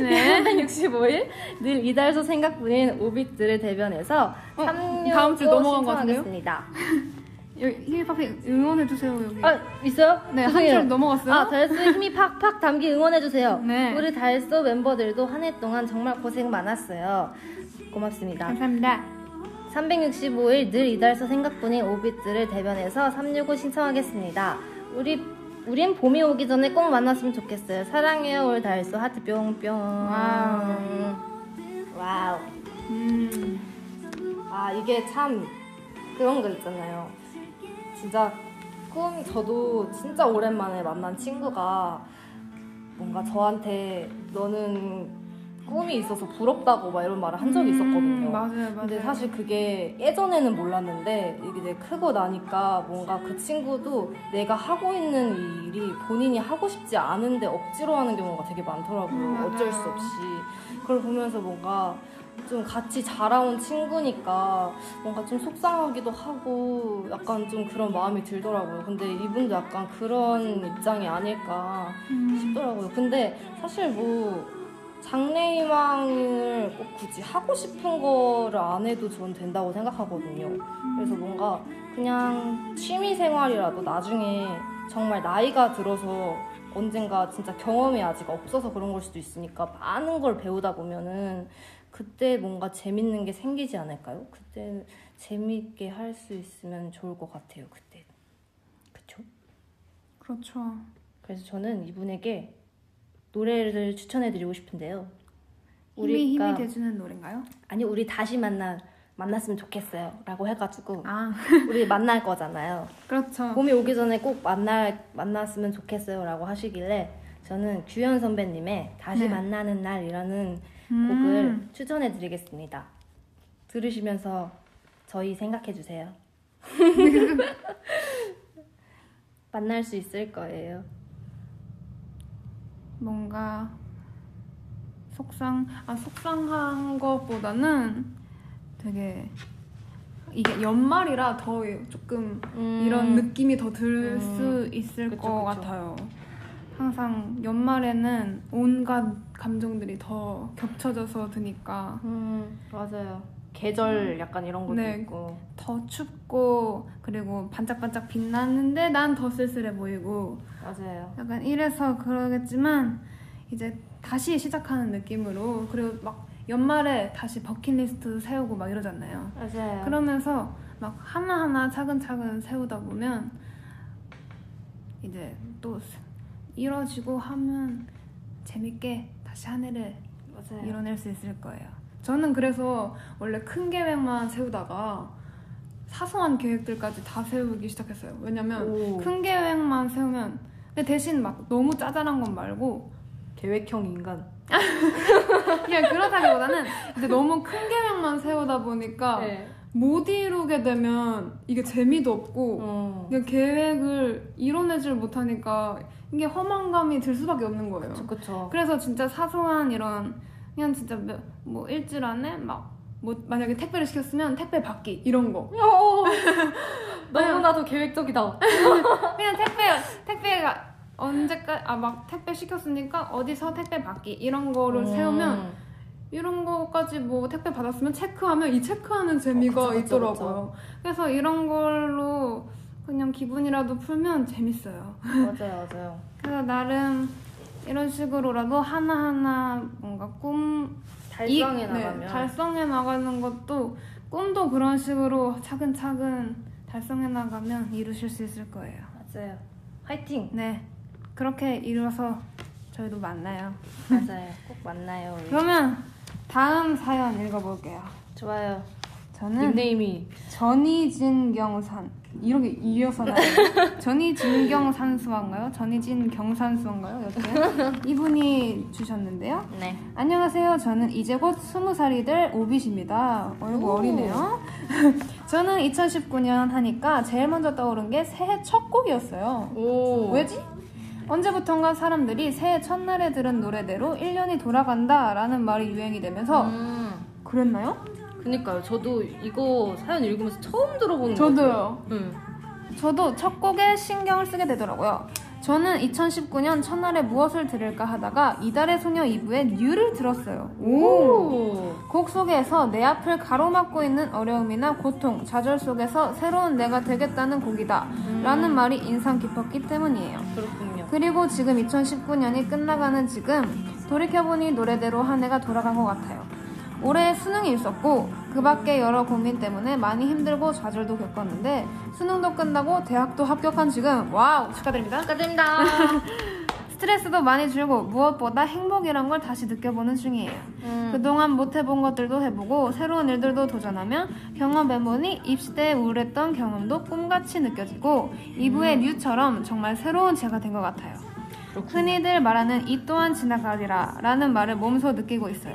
[SPEAKER 1] 네.
[SPEAKER 2] 365일 늘 이달소 생각뿐인 오빛들을 대변해서
[SPEAKER 1] 어,
[SPEAKER 2] 참여도
[SPEAKER 1] 다음 주 넘어간 것 같은데요?
[SPEAKER 2] 신청하겠습니다.
[SPEAKER 1] 여기 힐파피 응원해주세요, 여기.
[SPEAKER 2] 아, 있어요?
[SPEAKER 1] 네, 한
[SPEAKER 2] 죄송해요.
[SPEAKER 1] 줄 넘어갔어요.
[SPEAKER 2] 아, 달소의 힘이 팍팍 담긴 응원해주세요.
[SPEAKER 1] 네.
[SPEAKER 2] 우리 달소 멤버들도 한 해 동안 정말 고생 많았어요. 고맙습니다.
[SPEAKER 1] 감사합니다.
[SPEAKER 2] 365일 늘 이달소 생각뿐인 오빛들을 대변해서 365 신청하겠습니다. 우리, 우린 봄이 오기 전에 꼭 만났으면 좋겠어요. 사랑해요, 올 달소 하트 뿅뿅.
[SPEAKER 1] 와우.
[SPEAKER 2] 와우.
[SPEAKER 1] 음.
[SPEAKER 2] 아 이게 참 그런 거 있잖아요. 진짜 꿈 저도 진짜 오랜만에 만난 친구가 뭔가 저한테 너는 꿈이 있어서 부럽다고 막 이런 말을 한 적이 있었거든요.
[SPEAKER 1] 음, 맞아요, 맞아요.
[SPEAKER 2] 근데 사실 그게 예전에는 몰랐는데 이게 크고 나니까 뭔가 그 친구도 내가 하고 있는 이 일이 본인이 하고 싶지 않은데 억지로 하는 경우가 되게 많더라고요.
[SPEAKER 1] 음, 맞아요.
[SPEAKER 2] 어쩔 수 없이. 그걸 보면서 뭔가 좀 같이 자라온 친구니까 뭔가 좀 속상하기도 하고 약간 좀 그런 마음이 들더라고요. 근데 이분도 약간 그런 입장이 아닐까
[SPEAKER 1] 음,
[SPEAKER 2] 싶더라고요. 근데 사실 뭐 장래희망을 꼭 굳이 하고 싶은 거를 안 해도 전 된다고 생각하거든요. 그래서 뭔가 그냥 취미 생활이라도 나중에 정말 나이가 들어서 언젠가 진짜 경험이 아직 없어서 그런 걸 수도 있으니까 많은 걸 배우다 보면은 그때 뭔가 재밌는 게 생기지 않을까요? 그때 재밌게 할 수 있으면 좋을 것 같아요. 그때 그쵸?
[SPEAKER 1] 그렇죠.
[SPEAKER 2] 그래서 저는 이분에게 노래를 추천해드리고 싶은데요.
[SPEAKER 4] 힘이 힘이 돼주는 노래인가요?
[SPEAKER 2] 아니 우리 다시 만나 만났으면 좋겠어요라고 해가지고
[SPEAKER 1] 아
[SPEAKER 2] 우리 만날 거잖아요.
[SPEAKER 1] 그렇죠.
[SPEAKER 2] 봄이 오기 전에 꼭 만날 만났으면 좋겠어요라고 하시길래 저는 규현 선배님의 다시
[SPEAKER 1] 네.
[SPEAKER 2] 만나는 날이라는
[SPEAKER 1] 음.
[SPEAKER 2] 곡을 추천해드리겠습니다. 들으시면서 저희 생각해주세요. 만날 수 있을 거예요.
[SPEAKER 1] 뭔가 속상 아 속상한 것보다는 되게 이게 연말이라 더 조금 이런
[SPEAKER 2] 음.
[SPEAKER 1] 느낌이 더 들 수 있을
[SPEAKER 2] 그쵸,
[SPEAKER 1] 것
[SPEAKER 2] 그쵸.
[SPEAKER 1] 같아요. 항상 연말에는 온갖 감정들이 더 겹쳐져서 드니까
[SPEAKER 2] 음 맞아요. 계절 약간 이런 것도
[SPEAKER 1] 네.
[SPEAKER 2] 있고.
[SPEAKER 1] 더 춥고 그리고 반짝반짝 빛나는데 난 더 쓸쓸해 보이고
[SPEAKER 2] 맞아요.
[SPEAKER 1] 약간 이래서 그러겠지만 이제 다시 시작하는 느낌으로 그리고 막 연말에 다시 버킷리스트 세우고 막 이러잖아요.
[SPEAKER 2] 맞아요.
[SPEAKER 1] 그러면서 막 하나하나 차근차근 세우다 보면 이제 또 스- 이뤄지고 하면 재밌게 다시 한 해를
[SPEAKER 2] 맞아요.
[SPEAKER 1] 이뤄낼 수 있을 거예요. 저는 그래서 원래 큰 계획만 세우다가 사소한 계획들까지 다 세우기 시작했어요. 왜냐면
[SPEAKER 2] 오,
[SPEAKER 1] 큰 계획만 세우면 근데 대신 막 너무 짜잘한 건 말고
[SPEAKER 2] 계획형 인간.
[SPEAKER 1] 그냥 그렇다기보다는 이제 너무 큰 계획만 세우다
[SPEAKER 2] 아.
[SPEAKER 1] 보니까
[SPEAKER 2] 네.
[SPEAKER 1] 못 이루게 되면 이게 재미도 없고
[SPEAKER 2] 어.
[SPEAKER 1] 그냥 계획을 이뤄내질 못하니까 이게 허망감이 들 수밖에 없는 거예요.
[SPEAKER 2] 그쵸 그쵸.
[SPEAKER 1] 어, 그래서 진짜 사소한 이런 그냥 진짜 몇- 뭐 일주일 안에 막 뭐 만약에 택배를 시켰으면 택배 받기 이런 거
[SPEAKER 2] 어, 너무나도 계획적이다.
[SPEAKER 1] 그냥 택배 택배가 언제까지 아 막 택배 시켰으니까 어디서 택배 받기 이런
[SPEAKER 2] 음.
[SPEAKER 1] 거를 세우면 이런 거까지 뭐 택배 받았으면 체크하면 이 체크하는 재미가
[SPEAKER 2] 어, 그쵸, 그쵸,
[SPEAKER 1] 있더라고요. 그래서 이런 걸로 그냥 기분이라도 풀면 재밌어요.
[SPEAKER 2] 맞아요 맞아요.
[SPEAKER 1] 그래서 나름 이런 식으로라도 하나하나 뭔가 꿈
[SPEAKER 2] 달성해
[SPEAKER 1] 이- 네,
[SPEAKER 2] 나가면.
[SPEAKER 1] 달성해 나가는 것도 꿈도 그런 식으로 차근차근 달성해 나가면 이루실 수 있을 거예요.
[SPEAKER 2] 맞아요. 화이팅.
[SPEAKER 1] 네 그렇게 이뤄서 저희도 만나요
[SPEAKER 2] 네. 맞아요. 꼭 만나요. 우리.
[SPEAKER 1] 그러면 다음 사연 읽어볼게요
[SPEAKER 2] 좋아요.
[SPEAKER 1] 저는
[SPEAKER 2] 닉네임이
[SPEAKER 1] 전희진경산 이렇게 이어서 나요 전희진경산수화인가요? 전희진경산수화인가요? 여튼 이분이 주셨는데요
[SPEAKER 2] 네.
[SPEAKER 1] 안녕하세요. 저는 이제 곧 스무 살이 될 오빗입니다. 얼굴
[SPEAKER 2] 오.
[SPEAKER 1] 어리네요. 저는 2019년 하니까 제일 먼저 떠오른 게 새해 첫 곡이었어요.
[SPEAKER 2] 오.
[SPEAKER 1] 왜지? 언제부턴가 사람들이 새해 첫날에 들은 노래대로 1년이 돌아간다 라는 말이 유행이 되면서
[SPEAKER 2] 음.
[SPEAKER 1] 그랬나요?
[SPEAKER 2] 그니까요. 저도 이거 사연 읽으면서 처음 들어보는 거.
[SPEAKER 1] 저도요.
[SPEAKER 2] 응.
[SPEAKER 1] 네. 저도 첫 곡에 신경을 쓰게 되더라고요. 저는 2019년 첫날에 무엇을 들을까 하다가 이달의 소녀 2부의 뉴를 들었어요.
[SPEAKER 2] 오.
[SPEAKER 1] 곡 속에서 내 앞을 가로막고 있는 어려움이나 고통, 좌절 속에서 새로운 내가 되겠다는 곡이다. 라는 말이 인상 깊었기 때문이에요.
[SPEAKER 2] 그렇군요.
[SPEAKER 1] 그리고 지금 2019년이 끝나가는 지금 돌이켜보니 노래대로 한 해가 돌아간 것 같아요. 올해 수능이 있었고 그 밖에 여러 고민 때문에 많이 힘들고 좌절도 겪었는데 수능도 끝나고 대학도 합격한 지금 와우 축하드립니다.
[SPEAKER 2] 축하드립니다.
[SPEAKER 1] 스트레스도 많이 줄고 무엇보다 행복이란 걸 다시 느껴보는 중이에요. 그동안 못 해본 것들도 해보고 새로운 일들도 도전하며 경험해보니 입시 때 우울했던 음. 경험도 꿈같이 느껴지고 2부의 뉴처럼 정말 새로운 제가 된 것 같아요. 흔히들 말하는 이 또한 지나가리라 라는 말을 몸소 느끼고 있어요.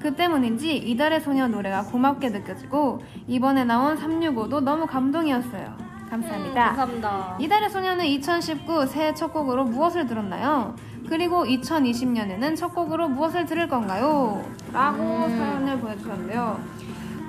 [SPEAKER 1] 그 때문인지 이달의 소녀 노래가 고맙게 느껴지고 이번에 나온 365도 너무 음, 감동이었어요. 감사합니다.
[SPEAKER 2] 음, 감사합니다.
[SPEAKER 1] 이달의 소녀는 2019 새해 첫 곡으로 무엇을 들었나요? 그리고 2020년에는 첫 곡으로 무엇을 들을 건가요? 라고
[SPEAKER 2] 음.
[SPEAKER 1] 사연을 보내주셨는데요.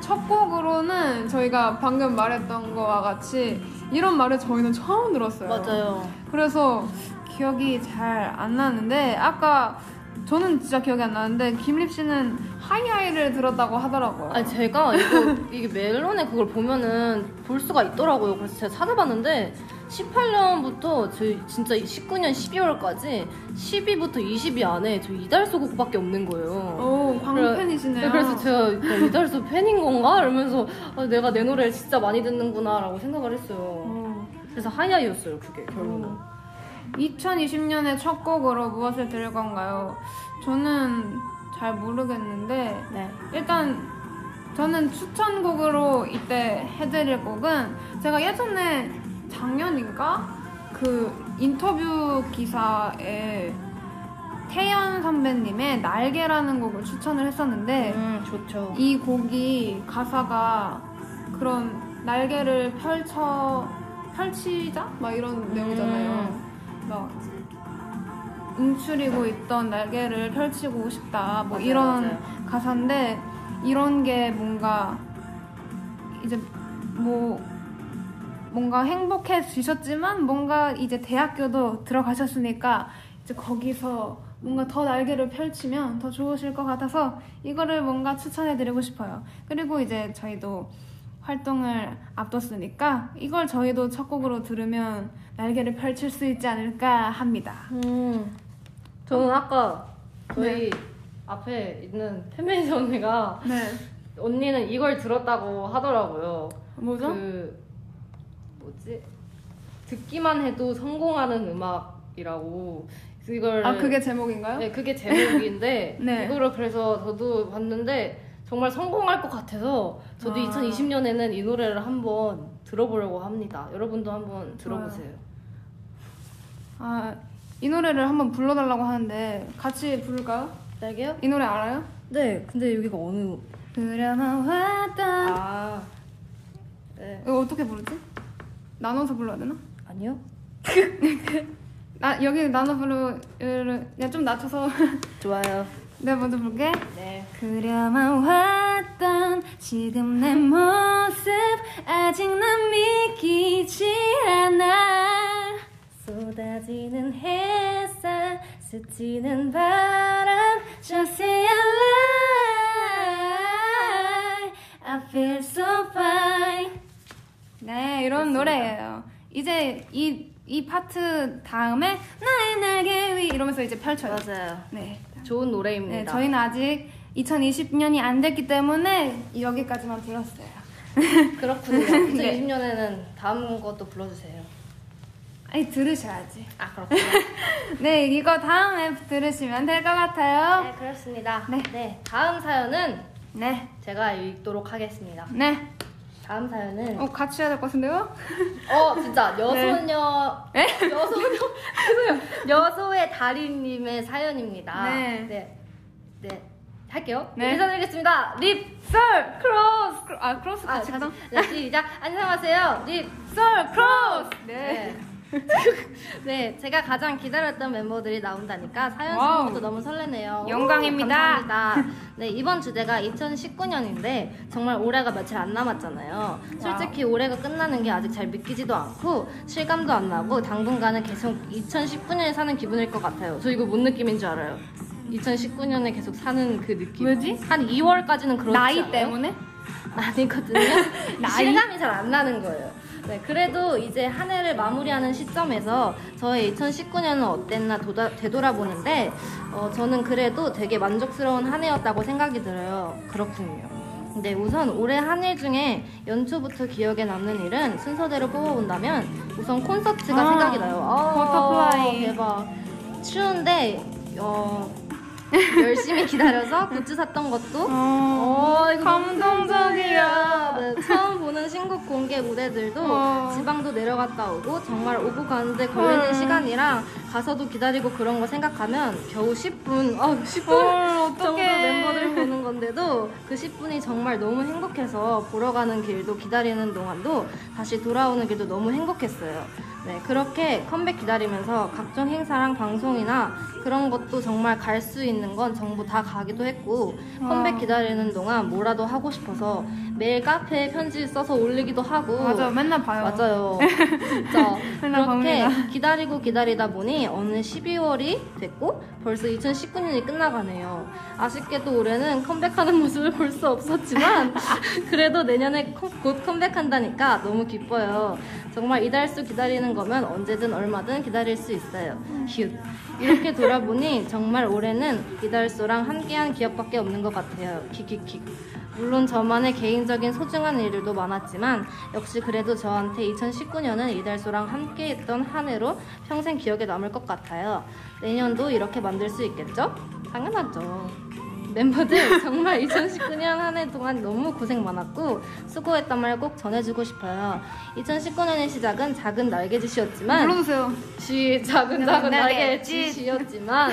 [SPEAKER 5] 첫 곡으로는 저희가 방금 말했던 거와 같이 이런 말을 저희는 처음 들었어요.
[SPEAKER 2] 맞아요.
[SPEAKER 5] 그래서
[SPEAKER 1] 기억이 잘 안 나는데 아까 저는 진짜 기억이 안 나는데 김립 씨는
[SPEAKER 5] 하이하이를 들었다고 하더라고요.
[SPEAKER 2] 아 제가 이거 이게 멜론에 그걸 보면은 볼 수가 있더라고요. 그래서 제가 찾아봤는데 18년부터 저 진짜 19년 12월까지 10위부터 20위 안에 저 이달소 곡밖에 없는 거예요.
[SPEAKER 5] 오,
[SPEAKER 2] 네,
[SPEAKER 5] 광팬이시네요.
[SPEAKER 2] 그래서 제가 그러니까 이달소 팬인 건가? 이러면서 아, 내가 내 노래를 진짜 많이 듣는구나라고 생각을 했어요.
[SPEAKER 5] 오.
[SPEAKER 2] 그래서 하이하이였어요 그게 결론은.
[SPEAKER 1] 2020년의 첫 곡으로 무엇을 들을 건가요? 저는 잘 모르겠는데
[SPEAKER 6] 네.
[SPEAKER 1] 일단 저는 추천곡으로 이때 해드릴 곡은 제가 예전에 작년인가 그 인터뷰 기사에 태연 선배님의 날개라는 곡을 추천을 했었는데
[SPEAKER 6] 음 좋죠.
[SPEAKER 1] 이 곡이 가사가 그런 날개를 펼쳐 펼치자 막 이런 내용이잖아요. 막 움츠리고 있던 날개를 펼치고 싶다 뭐
[SPEAKER 6] 맞아요,
[SPEAKER 1] 이런
[SPEAKER 6] 맞아요.
[SPEAKER 1] 가사인데 이런 게 뭔가 이제 뭐 뭔가 행복해지셨지만 뭔가 이제 대학교도 들어가셨으니까 이제 거기서 뭔가 더 날개를 펼치면 더 좋으실 것 같아서 이거를 뭔가 추천해드리고 싶어요. 그리고 이제 저희도 활동을 앞뒀으니까 이걸 저희도 첫 곡으로 들으면 날개를 펼칠 수 있지 않을까 합니다.
[SPEAKER 2] 음, 저는 아까 저희 앞에 있는 팬메이저 언니가
[SPEAKER 5] 네.
[SPEAKER 2] 언니는 이걸 들었다고 하더라고요.
[SPEAKER 5] 뭐죠?
[SPEAKER 2] 그 뭐지? 듣기만 해도 성공하는 음악이라고 이걸
[SPEAKER 5] 아, 그게 제목인가요?
[SPEAKER 2] 네, 그게 제목인데
[SPEAKER 5] 네.
[SPEAKER 2] 이거를 그래서 저도 봤는데 정말 성공할 것 같아서 저도
[SPEAKER 5] 아.
[SPEAKER 2] 2020년에는 이 노래를 한번 들어보려고 합니다. 여러분도 한번 들어보세요. 네,
[SPEAKER 1] 아, 이 노래를 한번 불러달라고 하는데 같이 부를까요?
[SPEAKER 2] 딸게요?
[SPEAKER 1] 이 노래 알아요?
[SPEAKER 6] 네. 근데 여기가 어느
[SPEAKER 1] 그려만 왔던
[SPEAKER 2] 아, 네.
[SPEAKER 1] 이거 어떻게 부르지? 나눠서 불러야 되나?
[SPEAKER 6] 아니요?
[SPEAKER 1] 아 여기 나눠 부르 그냥 좀 낮춰서
[SPEAKER 6] 좋아요.
[SPEAKER 1] 내가 먼저 부를게
[SPEAKER 2] 네.
[SPEAKER 1] 그려만 왔던 지금 내 모습 아직 난 믿기지 않아
[SPEAKER 6] 쏟아지는 햇살, 스치는 바람,
[SPEAKER 1] Just see a light I feel so fine 네 이런 노래예요 이제 이, 이 파트 다음에 나의 날개 위 이러면서 이제 펼쳐요
[SPEAKER 2] 맞아요.
[SPEAKER 1] 네.
[SPEAKER 2] 좋은 노래입니다.
[SPEAKER 1] 네, 저희는 아직 2020년이 안 됐기 때문에 여기까지만 불렀어요.
[SPEAKER 2] 그렇군요. 2020년에는 다음 것도 불러주세요.
[SPEAKER 1] 아니, 들으셔야지.
[SPEAKER 2] 아 그렇군요.
[SPEAKER 1] 네, 이거 다음에 들으시면 될 것 같아요.
[SPEAKER 2] 네 그렇습니다.
[SPEAKER 1] 네.
[SPEAKER 2] 다음 사연은
[SPEAKER 1] 네,
[SPEAKER 2] 제가 읽도록 하겠습니다.
[SPEAKER 1] 네.
[SPEAKER 2] 다음 사연은
[SPEAKER 1] 어, 같이 해야 될 것 같은데요?
[SPEAKER 2] 어 진짜 여소녀 여소녀 죄송해요. 여소의 달인님의 사연입니다.
[SPEAKER 1] 네.
[SPEAKER 2] 네. 네. 할게요.
[SPEAKER 1] 네.
[SPEAKER 2] 네. 인사드리겠습니다. 립.
[SPEAKER 1] 썰! 크로스! 크로- 아, 크로스
[SPEAKER 2] 아,
[SPEAKER 1] 같이
[SPEAKER 2] 다시.
[SPEAKER 1] 가나?
[SPEAKER 2] 네, 시작. 안녕하세요. 네. 립.
[SPEAKER 1] 썰! 크로스! 네.
[SPEAKER 2] 네. 네, 제가 가장 기다렸던 멤버들이 나온다니까 사연
[SPEAKER 1] 와우.
[SPEAKER 2] 신청부터 너무 설레네요.
[SPEAKER 1] 영광입니다.
[SPEAKER 2] 오, 감사합니다. 네, 이번 주제가 2019년인데 정말 올해가 며칠 안 남았잖아요. 솔직히 올해가 끝나는 게 아직 잘 믿기지도 않고 실감도 안 나고 당분간은 계속 2019년에 사는 기분일 것 같아요. 저 이거 뭔 느낌인 줄 알아요? 2019년에 계속 사는 그 느낌.
[SPEAKER 1] 왜지?
[SPEAKER 2] 한 2월까지는 그렇지
[SPEAKER 1] 나이
[SPEAKER 2] 않아요?
[SPEAKER 1] 때문에?
[SPEAKER 2] 아니거든요.
[SPEAKER 1] 나이?
[SPEAKER 2] 실감이 잘 안 나는 거예요. 네, 그래도 이제 한 해를 마무리하는 시점에서 저의 2019년은 어땠나 도다- 되돌아보는데 어, 저는 그래도 되게 만족스러운 한 해였다고 생각이 들어요. 그렇군요. 근데 우선 올해 한 해 중에 연초부터 기억에 남는 일은 순서대로 뽑아본다면 우선 콘서트가
[SPEAKER 1] 아,
[SPEAKER 2] 생각이 나요. 아,
[SPEAKER 1] 버터플라이.
[SPEAKER 2] 대박. 추운데 어, 열심히 기다려서 굿즈 샀던 것도
[SPEAKER 1] 어, 감동적이야.
[SPEAKER 2] 네, 처음 보는 신곡 공개 무대들도
[SPEAKER 1] 어.
[SPEAKER 2] 지방도 내려갔다 오고 정말 오고 가는데 걸리는
[SPEAKER 1] 헐.
[SPEAKER 2] 시간이랑 가서도 기다리고 그런 거 생각하면 겨우 10분, 어, 10분
[SPEAKER 1] 헐,
[SPEAKER 2] 정도 멤버들
[SPEAKER 1] 어떡해.
[SPEAKER 2] 보는 건데도 그 10분이 정말 너무 행복해서 보러 가는 길도 기다리는 동안도 다시 돌아오는 길도 너무 행복했어요. 네, 그렇게 컴백 기다리면서 각종 행사랑 방송이나 그런 것도 정말 갈 수 있는 건 전부 다 가기도 했고
[SPEAKER 1] 아.
[SPEAKER 2] 컴백 기다리는 동안 뭐라도 하고 싶어서 매일 카페에 편지 써서 올리기도 하고
[SPEAKER 1] 맞아, 맨날 봐요.
[SPEAKER 2] 맞아요. 진짜.
[SPEAKER 1] 맨날
[SPEAKER 2] 그렇게
[SPEAKER 1] 봅니다.
[SPEAKER 2] 기다리고 기다리다 보니 어느 12월이 됐고 벌써 2019년이 끝나가네요. 아쉽게도 올해는 컴백하는 모습을 볼 수 없었지만 그래도 내년에 컴- 곧 컴백한다니까 너무 기뻐요. 정말 이달수 기다리는 거면 언제든 얼마든 기다릴 수 있어요. 휴. 이렇게 돌아보니 정말 올해는 이달수랑 함께한 기억밖에 없는 것 같아요. 키키키. 물론 저만의 개인적인 소중한 일들도 많았지만 역시 그래도 저한테 2019년은 이달소랑 함께했던 한 해로 평생 기억에 남을 것 같아요. 내년도 이렇게 만들 수 있겠죠? 당연하죠. 멤버들 정말 2019년 한 해 동안 너무 고생 많았고 수고했단 말 꼭 전해주고 싶어요. 2019년의 시작은 작은 날개짓이었지만
[SPEAKER 1] 불러주세요.
[SPEAKER 2] 지 작은 작은 날개
[SPEAKER 1] 날갯짓.
[SPEAKER 2] 짓이었지만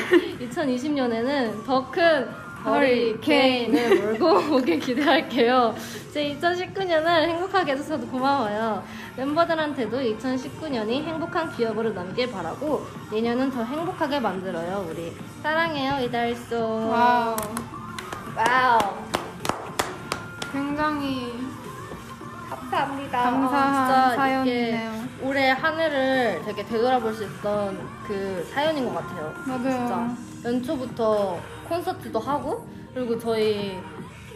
[SPEAKER 2] 2020년에는 더 큰 허리케인을 몰고 오길 기대할게요. 제 2019년을 행복하게 해주셔서 고마워요. 멤버들한테도 2019년이 행복한 기억으로 남길 바라고 내년은 더 행복하게 만들어요 우리 사랑해요 이달소.
[SPEAKER 1] 와우.
[SPEAKER 2] 와우.
[SPEAKER 1] 굉장히
[SPEAKER 2] 감사합니다. 어,
[SPEAKER 1] 감사한
[SPEAKER 2] 이렇게
[SPEAKER 1] 사연이네요.
[SPEAKER 2] 올해 한 해를 되게 되돌아볼 수 있던 그 사연인 것 같아요.
[SPEAKER 1] 맞아요.
[SPEAKER 2] 진짜 연초부터 콘서트도 하고 그리고 저희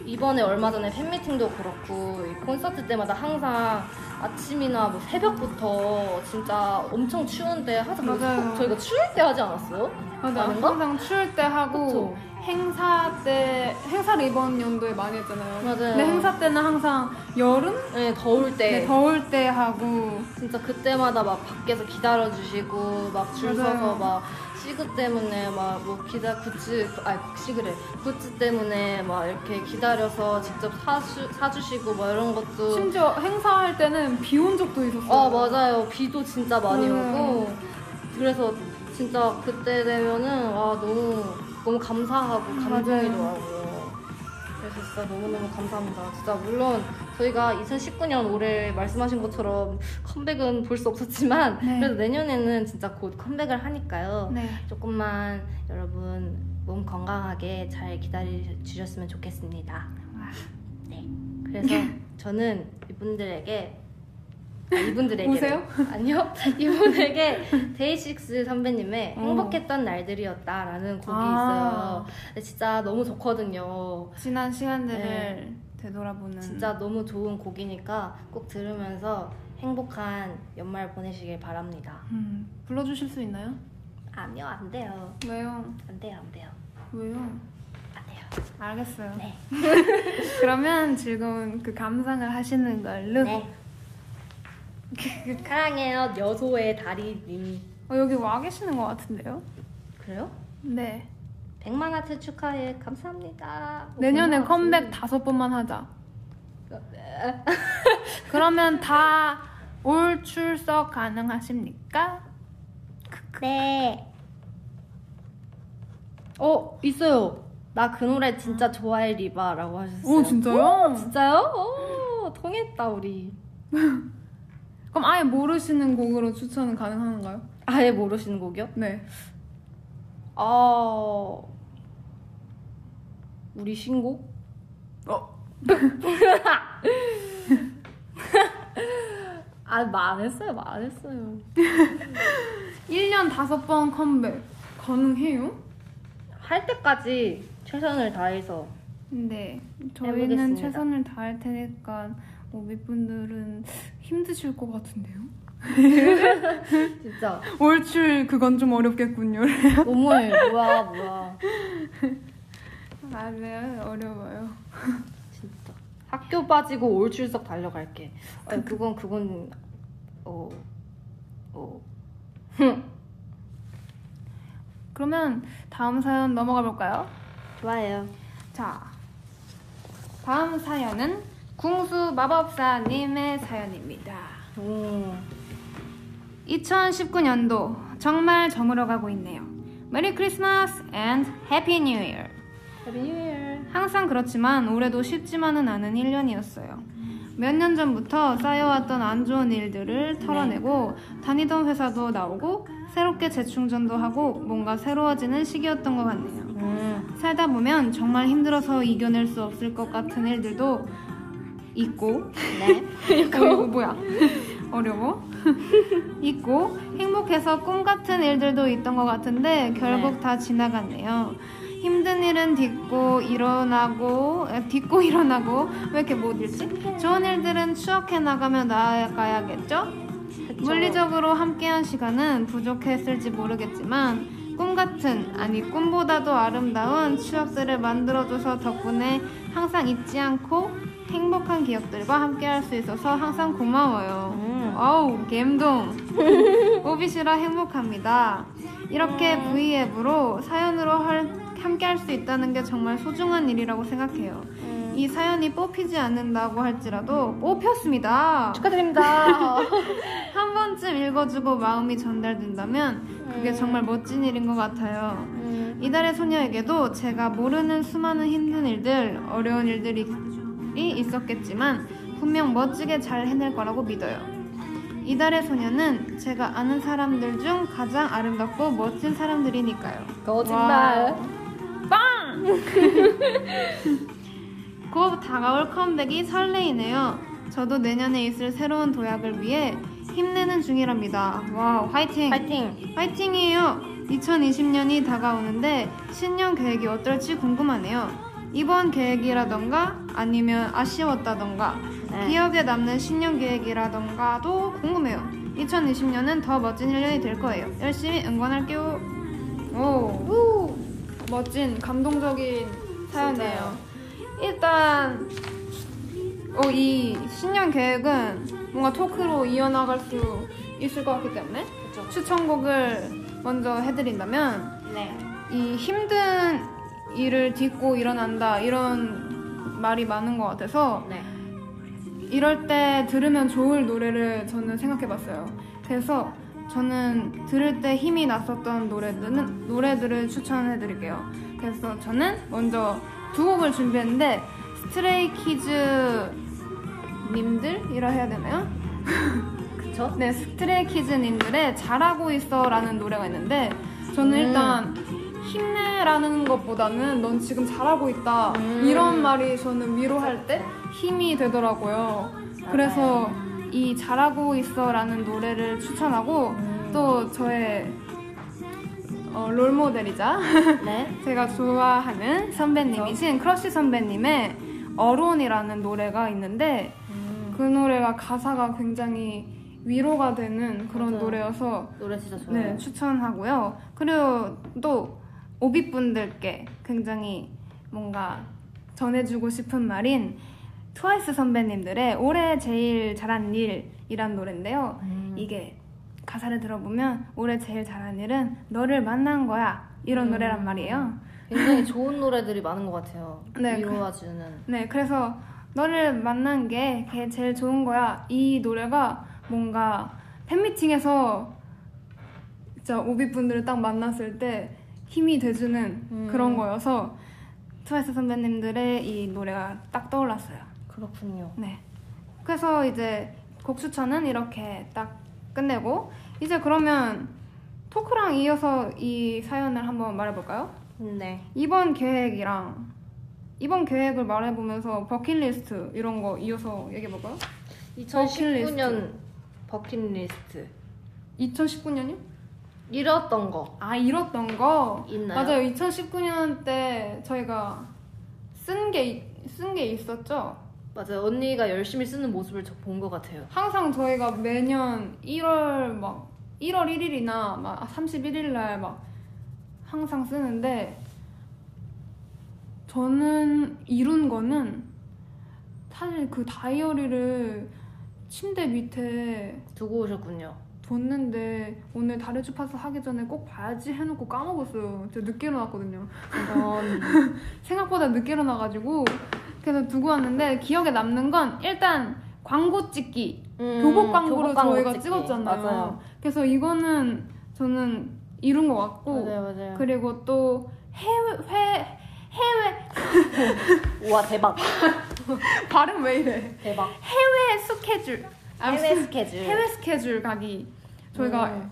[SPEAKER 2] 이번에 얼마 전에 팬미팅도 그렇고 이 콘서트 때마다 항상 아침이나 뭐 새벽부터 진짜 엄청 추운데 항상 뭐
[SPEAKER 1] 맞아요.
[SPEAKER 2] 저희가 추울 때 하지 않았어요?
[SPEAKER 1] 맞아.
[SPEAKER 2] 아닌가?
[SPEAKER 1] 항상 추울 때 하고
[SPEAKER 2] 그쵸.
[SPEAKER 1] 행사 때 행사를 이번 연도에 많이 했잖아요.
[SPEAKER 2] 맞아요.
[SPEAKER 1] 근데 행사 때는 항상 여름,
[SPEAKER 2] 네 더울 때
[SPEAKER 1] 네, 더울 때 하고
[SPEAKER 2] 진짜 그때마다 막 밖에서 기다려주시고 막 줄
[SPEAKER 1] 맞아요.
[SPEAKER 2] 서서 막 시그 때문에 막 뭐 기다 굿즈 아니 시그래 굿즈 때문에 막 이렇게 기다려서 직접 사주, 사주시고 막 이런 것도
[SPEAKER 1] 심지어 행사할 때는 비 온 적도 있었어요. 네.
[SPEAKER 2] 아 맞아요 비도 진짜 많이
[SPEAKER 1] 맞아요.
[SPEAKER 2] 오고 그래서 진짜 그때 되면은 아 너무 너무 감사하고 감동이더라고요 그래서 진짜 너무너무 감사합니다 진짜 물론 저희가 2019년 올해 말씀하신 것처럼 컴백은 볼 수 없었지만
[SPEAKER 1] 네.
[SPEAKER 2] 그래도 내년에는 진짜 곧 컴백을 하니까요
[SPEAKER 1] 네.
[SPEAKER 2] 조금만 여러분 몸 건강하게 잘 기다려주셨으면 좋겠습니다. 네. 그래서 저는 이분들에게 아, 이분들에게
[SPEAKER 1] 오세요?
[SPEAKER 2] 아니요 이분에게 데이식스 선배님의
[SPEAKER 1] 어.
[SPEAKER 2] 행복했던 날들이었다라는 곡이
[SPEAKER 1] 아.
[SPEAKER 2] 있어요. 근데 진짜 너무 좋거든요.
[SPEAKER 1] 지난 시간들을
[SPEAKER 2] 네.
[SPEAKER 1] 되돌아보는
[SPEAKER 2] 진짜 너무 좋은 곡이니까 꼭 들으면서 행복한 연말 보내시길 바랍니다.
[SPEAKER 1] 음, 불러주실 수 있나요?
[SPEAKER 2] 아니요 안 돼요
[SPEAKER 1] 왜요?
[SPEAKER 2] 안 돼요 안 돼요
[SPEAKER 1] 왜요?
[SPEAKER 2] 안 돼요.
[SPEAKER 1] 알겠어요.
[SPEAKER 2] 네.
[SPEAKER 1] 그러면 즐거운 그 감상을 하시는 걸로.
[SPEAKER 2] 네. 사랑해요 여소의 다리님
[SPEAKER 1] 어, 여기 와 계시는 것 같은데요?
[SPEAKER 2] 그래요?
[SPEAKER 1] 네.
[SPEAKER 2] 100만 하트 축하해 감사합니다
[SPEAKER 1] 내년에
[SPEAKER 2] 고마워.
[SPEAKER 1] 컴백 다섯 번만 하자. 그러면 다 올 출석 가능하십니까?
[SPEAKER 2] 네. 어 있어요 나 그 노래 진짜 좋아해 리바라고 하셨어요
[SPEAKER 1] 진짜요?
[SPEAKER 2] 진짜요? 오 통했다 우리
[SPEAKER 1] 그럼 아예 모르시는 곡으로 추천은 가능한가요?
[SPEAKER 2] 아예 모르시는 곡이요?
[SPEAKER 1] 네.
[SPEAKER 2] 아 우리 신곡? 아,
[SPEAKER 1] 어.
[SPEAKER 2] 아말 했어요 말 안 했어요
[SPEAKER 1] 1년 다섯 번 컴백 가능해요?
[SPEAKER 2] 할 때까지 최선을 다해서
[SPEAKER 1] 네.
[SPEAKER 2] 해보겠습니다.
[SPEAKER 1] 저희는 최선을 다할 테니까 뭐 오비분들은 힘드실 것 같은데요?
[SPEAKER 2] 진짜
[SPEAKER 1] 올출 그건 좀 어렵겠군요.
[SPEAKER 2] 몸을 뭐야 뭐야
[SPEAKER 1] 맞아요. 네. 어려워요.
[SPEAKER 2] 진짜 학교 빠지고 올 출석 달려갈게 아니, 그건 그건 어, 어어
[SPEAKER 1] 그러면 다음 사연 넘어가 볼까요?
[SPEAKER 7] 좋아요.
[SPEAKER 1] 자, 다음 사연은 궁수 마법사님의 사연입니다.
[SPEAKER 2] 음,
[SPEAKER 1] 2019년도 정말 저물어 가고 있네요. 메리 크리스마스 and 해피 뉴 이어. 항상 그렇지만 올해도 쉽지만은 않은 1년이었어요. 몇 년 전부터 쌓여왔던 안 좋은 일들을 털어내고 다니던 회사도 나오고 새롭게 재충전도 하고 뭔가 새로워지는 시기였던 것 같네요.
[SPEAKER 2] 음,
[SPEAKER 1] 살다 보면 정말 힘들어서 이겨낼 수 없을 것 같은 일들도 있고
[SPEAKER 7] 네.
[SPEAKER 1] 그리고 뭐야 어려워 있고 행복해서 꿈 같은 일들도 있던 것 같은데 결국 다 지나갔네요 힘든 일은 딛고 일어나고 에, 딛고 일어나고 왜 이렇게 못 읽지 좋은 일들은 추억해 나가며 나아가야겠죠 물리적으로 함께한 시간은 부족했을지 모르겠지만 꿈 같은 아니 꿈보다도 아름다운 추억들을 만들어줘서 덕분에 항상 잊지 않고 행복한 기억들과 함께할 수 있어서 항상 고마워요.
[SPEAKER 2] 음.
[SPEAKER 1] 어우 갬동 오비시라 행복합니다. 이렇게 V앱으로 사연으로 할- 함께할 수 있다는 게 정말 소중한 일이라고 생각해요.
[SPEAKER 2] 음.
[SPEAKER 1] 이 사연이 뽑히지 않는다고 할지라도 뽑혔습니다.
[SPEAKER 2] 축하드립니다.
[SPEAKER 1] 한 번쯤 읽어주고 마음이 전달된다면 그게 정말 멋진 일인 것 같아요.
[SPEAKER 2] 음,
[SPEAKER 1] 이달의 소녀에게도 제가 모르는 수많은 힘든 일들, 어려운 일들이 있었겠지만 분명 멋지게 잘 해낼 거라고 믿어요. 이달의 소녀는 제가 아는 사람들 중 가장 아름답고 멋진 사람들이니까요.
[SPEAKER 2] 거짓말.
[SPEAKER 1] 곧 다가올 컴백이 설레이네요. 저도 내년에 있을 새로운 도약을 위해 힘내는 중이랍니다. 와우, 화이팅!
[SPEAKER 2] 파이팅.
[SPEAKER 1] 파이팅이에요. 2020년이 다가오는데 신년 계획이 어떨지 궁금하네요. 이번 계획이라던가 아니면 아쉬웠다던가
[SPEAKER 2] 네.
[SPEAKER 1] 기억에 남는 신년 계획이라던가도 궁금해요. 2020년은 더 멋진 1년이 될 거예요. 열심히 응원할게요. 오.
[SPEAKER 8] 우! 멋진 감동적인 사연이에요.
[SPEAKER 1] 일단 어, 이 신년 계획은 뭔가 토크로 이어나갈 수 있을 것 같기 때문에
[SPEAKER 2] 그쵸.
[SPEAKER 1] 추천곡을 먼저 해드린다면
[SPEAKER 2] 네.
[SPEAKER 1] 이 힘든 일을 딛고 일어난다 이런 말이 많은 것 같아서
[SPEAKER 2] 네.
[SPEAKER 1] 이럴 때 들으면 좋을 노래를 저는 생각해봤어요. 그래서 저는 들을 때 힘이 났었던 노래들은 노래들을 추천해드릴게요. 그래서 저는 먼저 두 곡을 준비했는데 스트레이 키즈 님들이라 해야 되나요?
[SPEAKER 2] 그쵸?
[SPEAKER 1] 네, 스트레이 키즈님들의 잘하고 있어라는 노래가 있는데 저는 일단 힘내라는 것보다는 넌 지금 잘하고 있다 이런 말이 저는 위로할 때 힘이 되더라고요. 그래서 이 잘하고 있어라는 노래를 추천하고 또 저의 어, 롤모델이자
[SPEAKER 2] 네.
[SPEAKER 1] 제가 좋아하는 선배님이신 크러쉬 선배님의 어론이라는 노래가 있는데
[SPEAKER 2] 음.
[SPEAKER 1] 그 노래가 가사가 굉장히 위로가 되는 그런
[SPEAKER 2] 맞아요.
[SPEAKER 1] 노래여서
[SPEAKER 2] 노래 진짜 좋아요.
[SPEAKER 1] 네, 추천하고요. 그리고 또 오빛분들께 굉장히 뭔가 전해주고 싶은 말인 트와이스 선배님들의 올해 제일 잘한 일이란 노래인데요.
[SPEAKER 2] 음.
[SPEAKER 1] 이게 가사를 들어보면 올해 제일 잘한 일은 너를 만난 거야
[SPEAKER 2] 음.
[SPEAKER 1] 이런 노래란 말이에요.
[SPEAKER 2] 굉장히 좋은 노래들이 많은 것 같아요.
[SPEAKER 1] 네,
[SPEAKER 2] 위로와주는.
[SPEAKER 1] 네, 그래서 너를 만난 게 그게 제일 좋은 거야. 이 노래가 뭔가 팬미팅에서 진짜 오비분들을 딱 만났을 때 힘이 돼주는
[SPEAKER 2] 음.
[SPEAKER 1] 그런 거여서 트와이스 선배님들의 이 노래가 딱 떠올랐어요.
[SPEAKER 2] 그렇군요.
[SPEAKER 1] 네. 그래서 이제 곡 추천은 이렇게 딱 끝내고 이제 그러면 토크랑 이어서 이 사연을 한번 말해볼까요?
[SPEAKER 2] 네.
[SPEAKER 1] 이번 계획이랑 이번 계획을 말해보면서 버킷리스트 이런 거 이어서 얘기해볼까요?
[SPEAKER 2] 2019년 버킷리스트.
[SPEAKER 1] 2019년이요?
[SPEAKER 2] 잃었던 거
[SPEAKER 1] 아 잃었던 거
[SPEAKER 2] 있나요?
[SPEAKER 1] 맞아요 2019년 때 저희가 쓴 게 쓴 게 있었죠
[SPEAKER 2] 맞아요. 언니가 열심히 쓰는 모습을 저 본 것 같아요.
[SPEAKER 1] 항상 저희가 매년 1월 막 1월 1일이나 막 31일 날 막 항상 쓰는데 저는 이룬 거는 사실 그 다이어리를 침대 밑에
[SPEAKER 2] 두고 오셨군요.
[SPEAKER 1] 뒀는데 오늘 달의 주파수 하기 전에 꼭 봐야지 해놓고 까먹었어요. 제가 늦게 일어났거든요.
[SPEAKER 2] 이런
[SPEAKER 1] 생각보다 늦게 일어나가지고 그래서 두고 왔는데 기억에 남는 건 일단 광고 찍기
[SPEAKER 2] 음,
[SPEAKER 1] 교복 광고로
[SPEAKER 2] 교복 광고
[SPEAKER 1] 저희가
[SPEAKER 2] 찍기.
[SPEAKER 1] 찍었잖아요.
[SPEAKER 2] 맞아요.
[SPEAKER 1] 그래서 이거는 저는 이룬 것 같고
[SPEAKER 2] 맞아요, 맞아요.
[SPEAKER 1] 그리고 또 해외 회- 해외
[SPEAKER 2] 우와 대박,
[SPEAKER 1] 발음 왜 이래?
[SPEAKER 2] 그- 대박.
[SPEAKER 1] 해외 스케줄 아,
[SPEAKER 2] 해외 스케줄.
[SPEAKER 1] 해외 스케줄 가기 저희가
[SPEAKER 2] 음,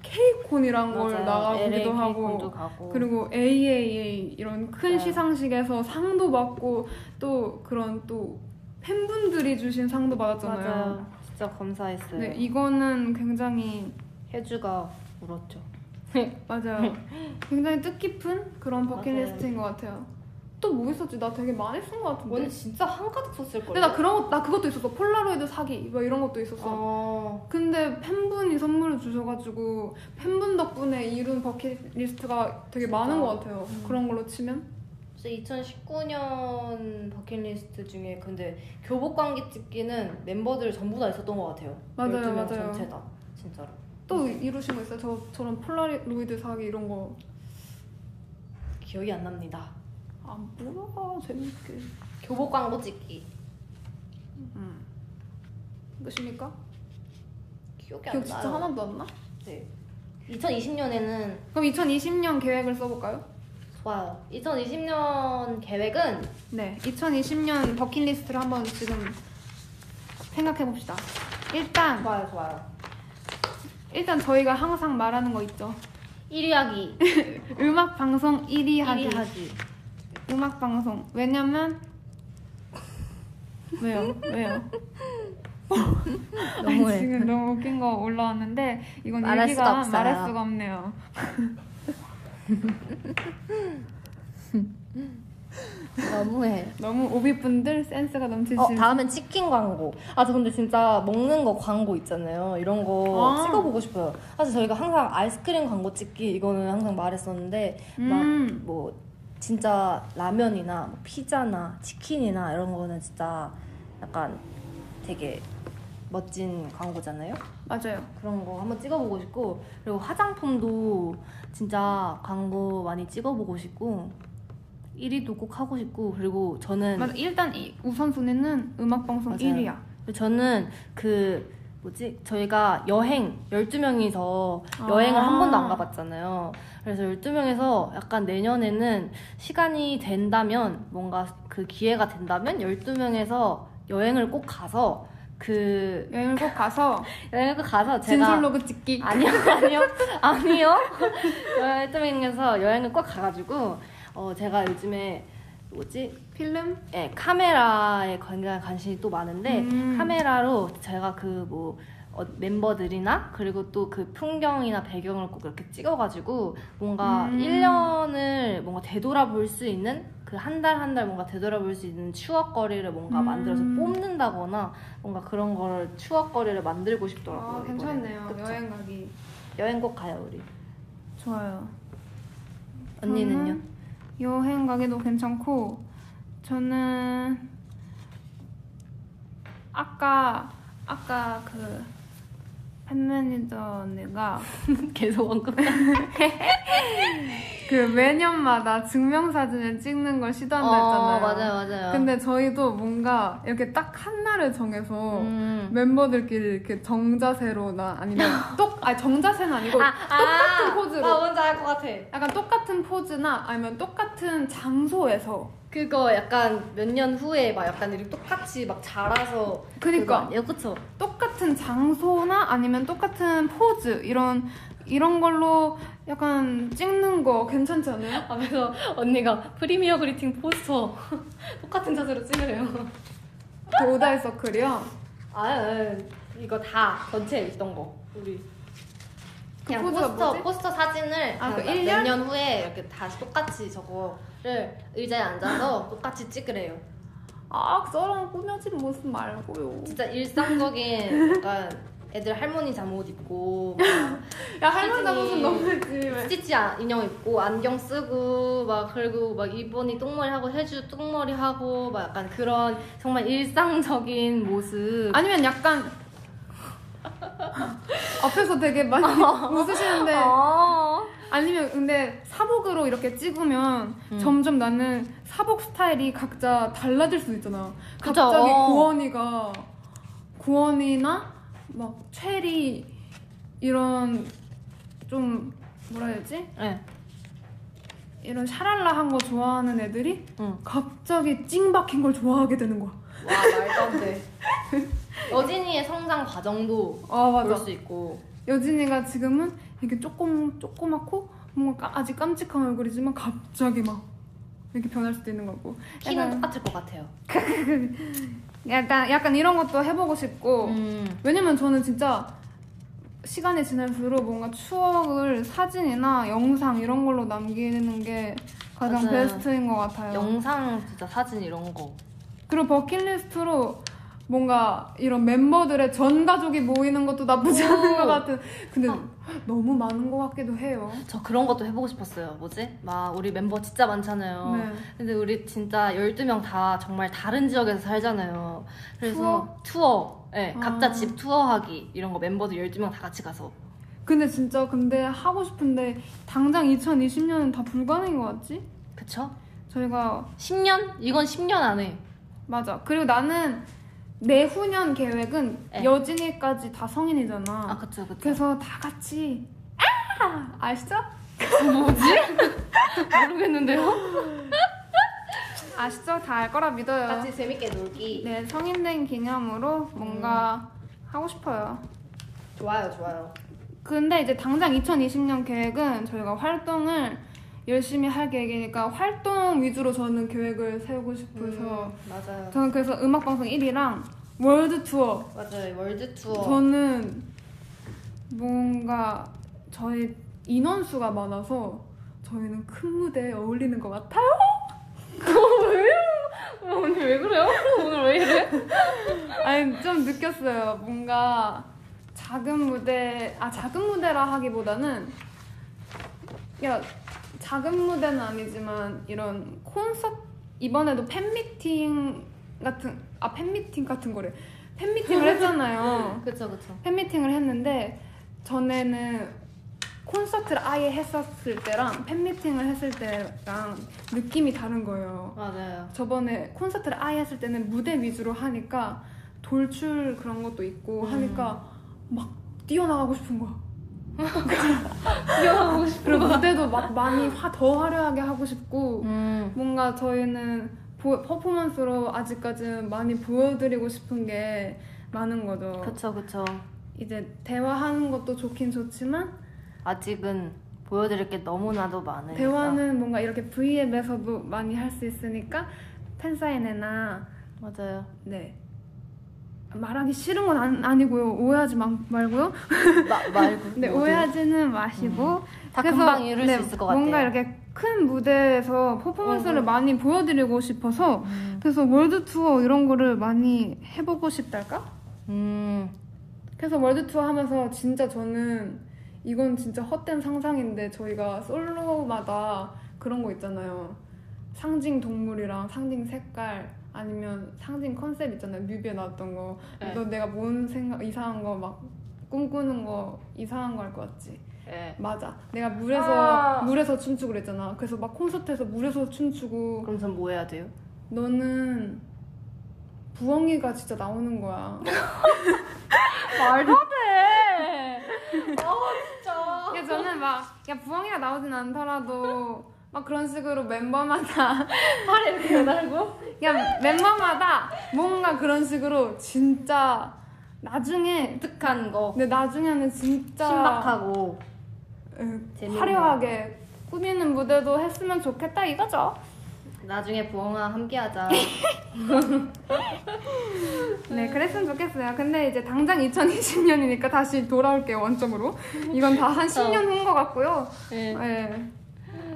[SPEAKER 1] 케이콘이란 걸
[SPEAKER 2] 맞아요. LA
[SPEAKER 1] 나가기도 하고
[SPEAKER 2] 케이콘도 가고.
[SPEAKER 1] 그리고 AAA 이런 큰
[SPEAKER 2] 맞아요.
[SPEAKER 1] 시상식에서 상도 받고 또 그런 또 팬분들이 주신 상도 받았잖아요.
[SPEAKER 2] 맞아요. 진짜 감사했어요.
[SPEAKER 1] 네, 이거는 굉장히
[SPEAKER 2] 혜주가 울었죠.
[SPEAKER 1] 맞아요. 굉장히 뜻깊은 그런 버킷리스트인 것 같아요. 또 뭐 있었지? 나 되게 많이 쓴 것 같은데.
[SPEAKER 2] 진짜 한가득 썼을
[SPEAKER 1] 근데 나 그런 거, 나 그것도 있었어. 폴라로이드 사기 뭐 이런 것도 있었어.
[SPEAKER 2] 어,
[SPEAKER 1] 근데 팬분이 선물을 주셔가지고 팬분 덕분에 이룬 버킷리스트가 되게 많은 것 같아요. 그런 걸로 치면.
[SPEAKER 2] 진짜 2019년 버킷리스트 중에 근데 교복 관계 찍기는 멤버들 전부 다 있었던 것 같아요.
[SPEAKER 1] 맞아요,
[SPEAKER 2] 12명
[SPEAKER 1] 맞아요.
[SPEAKER 2] 전체 다 진짜로.
[SPEAKER 1] 또 이루신 거 있어요? 저 저런 폴라로이드 사기 이런 거.
[SPEAKER 2] 기억이 안 납니다.
[SPEAKER 1] 안 물어봐 아, 재밌게.
[SPEAKER 2] 교복 광고 찍기
[SPEAKER 1] 무엇입니까?
[SPEAKER 2] 기억이 안
[SPEAKER 1] 기억
[SPEAKER 2] 나요.
[SPEAKER 1] 진짜 하나도 안 나?
[SPEAKER 2] 네. 2020년에는
[SPEAKER 1] 그럼 2020년 계획을 써볼까요?
[SPEAKER 2] 좋아요. 2020년 계획은
[SPEAKER 1] 네, 2020년 버킷리스트를 한번 지금 생각해 봅시다. 일단
[SPEAKER 2] 좋아요, 좋아요.
[SPEAKER 1] 일단 저희가 항상 말하는 거 있죠.
[SPEAKER 2] 1위 하기,
[SPEAKER 1] 음악 방송 1위 하기.
[SPEAKER 2] 1위 하기.
[SPEAKER 1] 음악 방송. 왜냐면 왜요? 왜요? 아니,
[SPEAKER 2] 너무해.
[SPEAKER 1] 지금 너무 웃긴 거 올라왔는데 이건
[SPEAKER 2] 말할
[SPEAKER 1] 얘기가
[SPEAKER 2] 수가 없어요.
[SPEAKER 1] 말할 수가 없네요.
[SPEAKER 2] 너무해.
[SPEAKER 1] 너무 오비분들 센스가 넘치시는.
[SPEAKER 2] 어, 다음엔 치킨 광고. 아, 저 근데 진짜 먹는 거 광고 있잖아요. 이런 거
[SPEAKER 1] 아.
[SPEAKER 2] 찍어보고 싶어요. 사실 저희가 항상 아이스크림 광고 찍기 이거는 항상 말했었는데,
[SPEAKER 1] 음.
[SPEAKER 2] 막 뭐, 진짜 라면이나 뭐 피자나 치킨이나 이런 거는 진짜 약간 되게 멋진 광고잖아요.
[SPEAKER 1] 맞아요.
[SPEAKER 2] 그런 거 한번 찍어보고 싶고, 그리고 화장품도 진짜 광고 많이 찍어보고 싶고, 1위도 꼭 하고 싶고, 그리고 저는
[SPEAKER 1] 맞아. 일단 이- 우선순위는 음악 방송
[SPEAKER 2] 맞아요.
[SPEAKER 1] 1위야.
[SPEAKER 2] 저는 그 뭐지 저희가 여행 12명이서 여행을 한 번도 안 가봤잖아요 그래서 12명에서 약간 내년에는 시간이 된다면 뭔가 그 기회가 된다면 12명에서 여행을 꼭 가서 그
[SPEAKER 1] 여행을 꼭 가서
[SPEAKER 2] 여행을 꼭 가서 제가
[SPEAKER 1] 진솔로그 찍기.
[SPEAKER 2] 아니요 아니요 아니요 12명에서 여행을 꼭 가가지고 어 제가 요즘에 뭐지
[SPEAKER 1] 필름?
[SPEAKER 2] 예, 카메라에 굉장히 관심이 또 많은데
[SPEAKER 1] 음.
[SPEAKER 2] 네, 카메라로 제가 그 뭐 멤버들이나 그리고 또 그 풍경이나 배경을 꼭 이렇게 찍어가지고 뭔가
[SPEAKER 1] 음.
[SPEAKER 2] 1년을 뭔가 되돌아볼 수 있는 그 한 달 한 달 뭔가 되돌아볼 수 있는 추억거리를 뭔가
[SPEAKER 1] 음.
[SPEAKER 2] 만들어서 뽑는다거나 뭔가 그런 걸 추억거리를 만들고 싶더라고요.
[SPEAKER 1] 아,
[SPEAKER 2] 이번에는.
[SPEAKER 1] 괜찮네요.
[SPEAKER 2] 그쵸?
[SPEAKER 1] 여행 가기.
[SPEAKER 2] 여행 꼭 가요 우리.
[SPEAKER 1] 좋아요.
[SPEAKER 2] 언니는요?
[SPEAKER 1] 저는 여행 가기도 괜찮고 저는 아까 아까 그 팬매니저 언니가
[SPEAKER 2] 계속 언급.
[SPEAKER 1] 그 매년마다 증명사진을 찍는 걸 시도한다 했잖아요.
[SPEAKER 2] 어, 맞아요 맞아요.
[SPEAKER 1] 근데 저희도 뭔가 이렇게 딱 한 날을 정해서
[SPEAKER 2] 음.
[SPEAKER 1] 멤버들끼리 이렇게 정자세로나 아니면 똑 아니 정자세는 아니고 똑같은 포즈로.
[SPEAKER 2] 나 뭔지 알것 같아.
[SPEAKER 1] 약간 똑같은 포즈나 아니면 똑같은 장소에서
[SPEAKER 2] 그거 약간 몇 년 후에 막 약간 이렇게 똑같이 막 자라서
[SPEAKER 1] 그니까.
[SPEAKER 2] 그거 아니에요? 그쵸?
[SPEAKER 1] 똑같은 장소나 아니면 똑같은 포즈 이런 이런 걸로 약간 찍는 거 괜찮지 않아요?
[SPEAKER 2] 하면서 언니가 프리미어 그리팅 포스터 똑같은 자세로 찍으래요
[SPEAKER 1] 그 오다이 서클이요.
[SPEAKER 2] 아, 아 이거 다 전체 있던 거 우리 그냥
[SPEAKER 1] 포즈가
[SPEAKER 2] 포스터
[SPEAKER 1] 뭐지?
[SPEAKER 2] 포스터 사진을
[SPEAKER 1] 아, 그
[SPEAKER 2] 몇
[SPEAKER 1] 일 년?
[SPEAKER 2] 년 후에 이렇게 다시 똑같이 저거를 의자에 앉아서 똑같이 찍으래요
[SPEAKER 1] 아, 저런 꾸며진 모습 말고요.
[SPEAKER 2] 진짜 일상적인 약간 애들 할머니 잠옷 입고 막
[SPEAKER 1] 야, 할머니
[SPEAKER 2] 시즌이-
[SPEAKER 1] 모습 너무 했지.
[SPEAKER 2] 스티치 아- 인형 입고 안경 쓰고 막 그리고 막 이번이 똥머리 하고 혜주 똥머리 하고 막 약간 그런 정말 일상적인 모습
[SPEAKER 1] 아니면 약간 앞에서 되게 많이 웃으시는데
[SPEAKER 2] 아.
[SPEAKER 1] 아니면 근데 사복으로 이렇게 찍으면
[SPEAKER 2] 음.
[SPEAKER 1] 점점 나는 사복 스타일이 각자 달라질 수도 있잖아.
[SPEAKER 2] 그죠,
[SPEAKER 1] 갑자기
[SPEAKER 2] 어.
[SPEAKER 1] 고원이가 고원이나 막 체리 이런 좀 뭐라 해야지?
[SPEAKER 2] 네.
[SPEAKER 1] 이런 샤랄라한 거 좋아하는 애들이
[SPEAKER 2] 응.
[SPEAKER 1] 갑자기 찡박힌 걸 좋아하게 되는 거야.
[SPEAKER 2] 와 말도 안 돼. 여진이의 성장 과정도
[SPEAKER 1] 아
[SPEAKER 2] 볼
[SPEAKER 1] 맞아.
[SPEAKER 2] 수 있고.
[SPEAKER 1] 여진이가 지금은 이게 조금 조그맣고 뭔가 까- 아직 깜찍한 얼굴이지만 갑자기 막 이렇게 변할 수도 있는 거고.
[SPEAKER 2] 키는
[SPEAKER 1] 약간-
[SPEAKER 2] 똑같을 것 같아요.
[SPEAKER 1] 약간 약간 이런 것도 해보고 싶고
[SPEAKER 2] 음.
[SPEAKER 1] 왜냐면 저는 진짜 시간이 지날수록 뭔가 추억을 사진이나 영상 이런 걸로 남기는 게 가장
[SPEAKER 2] 맞아요.
[SPEAKER 1] 베스트인 것 같아요.
[SPEAKER 2] 음. 영상, 진짜 사진 이런 거.
[SPEAKER 1] 그리고 버킷리스트로 뭔가 이런 멤버들의 전 가족이 모이는 것도 나쁘지 않은 것 같은. 근데
[SPEAKER 2] 어.
[SPEAKER 1] 너무 많은 것 같기도 해요.
[SPEAKER 2] 저 그런 것도 해보고 싶었어요. 뭐지? 막 우리 멤버 진짜 많잖아요.
[SPEAKER 1] 네.
[SPEAKER 2] 근데 우리 진짜 12명 다 정말 다른 지역에서 살잖아요. 그래서 투어. 예,
[SPEAKER 1] 아.
[SPEAKER 2] 각자 집 투어하기 이런 거 멤버들 12명 다 같이 가서.
[SPEAKER 1] 근데 진짜 근데 하고 싶은데 당장 2020년은 다 불가능인 것 같지?
[SPEAKER 2] 그쵸?
[SPEAKER 1] 저희가
[SPEAKER 2] 10년? 이건 10년 안에.
[SPEAKER 1] 맞아. 그리고 나는 내후년 계획은
[SPEAKER 2] 네.
[SPEAKER 1] 여진이까지 다 성인이잖아.
[SPEAKER 2] 아, 그쵸, 그쵸.
[SPEAKER 1] 그래서 다 같이 아! 아시죠?
[SPEAKER 2] 모르겠는데요?
[SPEAKER 1] 아시죠? 다 알 거라 믿어요.
[SPEAKER 2] 재밌게 놀기.
[SPEAKER 1] 네, 성인된 기념으로 뭔가
[SPEAKER 2] 음.
[SPEAKER 1] 하고 싶어요.
[SPEAKER 9] 좋아요, 좋아요.
[SPEAKER 1] 근데 이제 당장 2020년 계획은 저희가 활동을 열심히 할 계획이니까 활동 위주로 저는 계획을 세우고 싶어서
[SPEAKER 2] 음,
[SPEAKER 9] 맞아요.
[SPEAKER 1] 저는 그래서 음악방송 1위랑 월드 투어
[SPEAKER 9] 맞아요. 월드 투어.
[SPEAKER 1] 저는 뭔가 저희 인원수가 많아서 저희는 큰 무대에 어울리는 것 같아요.
[SPEAKER 2] 오늘 왜 그래요? 오늘 왜 이래?
[SPEAKER 1] 아니 좀 느꼈어요. 뭔가 작은 무대 아 작은 무대라 하기보다는 야 작은 무대는 아니지만 이런 콘서트 이번에도 팬미팅 같은 아 팬미팅 같은 거래 팬미팅을 했잖아요.
[SPEAKER 2] 그쵸, 그쵸.
[SPEAKER 1] 팬미팅을 했는데 전에는 콘서트를 아예 했었을 때랑 팬미팅을 했을 때랑 느낌이 다른 거예요.
[SPEAKER 2] 맞아요.
[SPEAKER 1] 저번에 콘서트를 아예 했을 때는 무대 위주로 하니까 돌출 그런 것도 있고
[SPEAKER 2] 음.
[SPEAKER 1] 하니까 막 뛰어나가고 싶은 거야.
[SPEAKER 2] 뛰어나고 싶어.
[SPEAKER 1] 그리고 무대도 막 많이 화, 더 화려하게 하고 싶고
[SPEAKER 2] 음.
[SPEAKER 1] 뭔가 저희는 보- 퍼포먼스로 아직까지는 많이 보여드리고 싶은 게 많은 거죠.
[SPEAKER 2] 그쵸, 그쵸.
[SPEAKER 1] 이제 대화하는 것도 좋긴 좋지만
[SPEAKER 2] 아직은 보여드릴 게 너무나도 많으니까.
[SPEAKER 1] 대화는 뭔가 이렇게 V앱에서도 뭐 많이 할 수 있으니까 팬사인회나
[SPEAKER 2] 맞아요.
[SPEAKER 1] 네 말하기 싫은 건 아니- 아니고요 오해하지 마, 말고요
[SPEAKER 2] 마, 말고.
[SPEAKER 1] 네
[SPEAKER 2] 뭐든.
[SPEAKER 1] 오해하지는 마시고
[SPEAKER 2] 음, 다
[SPEAKER 1] 그래서,
[SPEAKER 2] 금방 이룰
[SPEAKER 1] 네,
[SPEAKER 2] 수 있을 것 같아요.
[SPEAKER 1] 뭔가 이렇게 큰 무대에서 퍼포먼스를
[SPEAKER 2] 어, 어.
[SPEAKER 1] 많이 보여드리고 싶어서
[SPEAKER 2] 음.
[SPEAKER 1] 그래서 월드 투어 이런 거를 많이 해보고 싶달까?
[SPEAKER 2] 음.
[SPEAKER 1] 그래서 월드 투어 하면서 진짜 저는 이건 진짜 헛된 상상인데 저희가 솔로마다 그런 거 있잖아요. 상징 동물이랑 상징 색깔 아니면 상징 컨셉 있잖아요. 뮤비에 나왔던 거.
[SPEAKER 2] 네.
[SPEAKER 1] 이거 내가 뭔 생각 이상한 거 막 꿈꾸는 거 이상한 거 할 것 같지.
[SPEAKER 2] 예.
[SPEAKER 1] 맞아. 내가 물에서
[SPEAKER 2] 아.
[SPEAKER 1] 물에서 춤추고 그랬잖아. 그래서 막 콘서트에서 물에서 춤추고
[SPEAKER 2] 그럼 전 뭐 해야 돼요?
[SPEAKER 1] 너는 부엉이가 진짜 나오는 거야.
[SPEAKER 2] 말도 돼. 아
[SPEAKER 1] 야, 저는 막, 야, 부엉이가 나오진 않더라도, 막 그런 식으로 멤버마다,
[SPEAKER 2] 진짜 팔 이렇게 매달고.
[SPEAKER 1] 야, 멤버마다 뭔가 그런 식으로 진짜 나중에,
[SPEAKER 2] 독특한 거.
[SPEAKER 1] 근데 나중에는 진짜
[SPEAKER 2] 신박하고
[SPEAKER 1] 예,
[SPEAKER 2] 재밌는
[SPEAKER 1] 화려하게 꾸미는 무대도 했으면 좋겠다 이거죠.
[SPEAKER 2] 나중에 부엉아 함께하자.
[SPEAKER 1] 네,
[SPEAKER 2] 음.
[SPEAKER 1] 그랬으면 좋겠어요. 근데 이제 당장 2020년이니까 다시 돌아올게요, 원점으로. 이건 다
[SPEAKER 2] 그렇죠.
[SPEAKER 1] 한 10년 후인 것 같고요.
[SPEAKER 2] 예.
[SPEAKER 1] 네.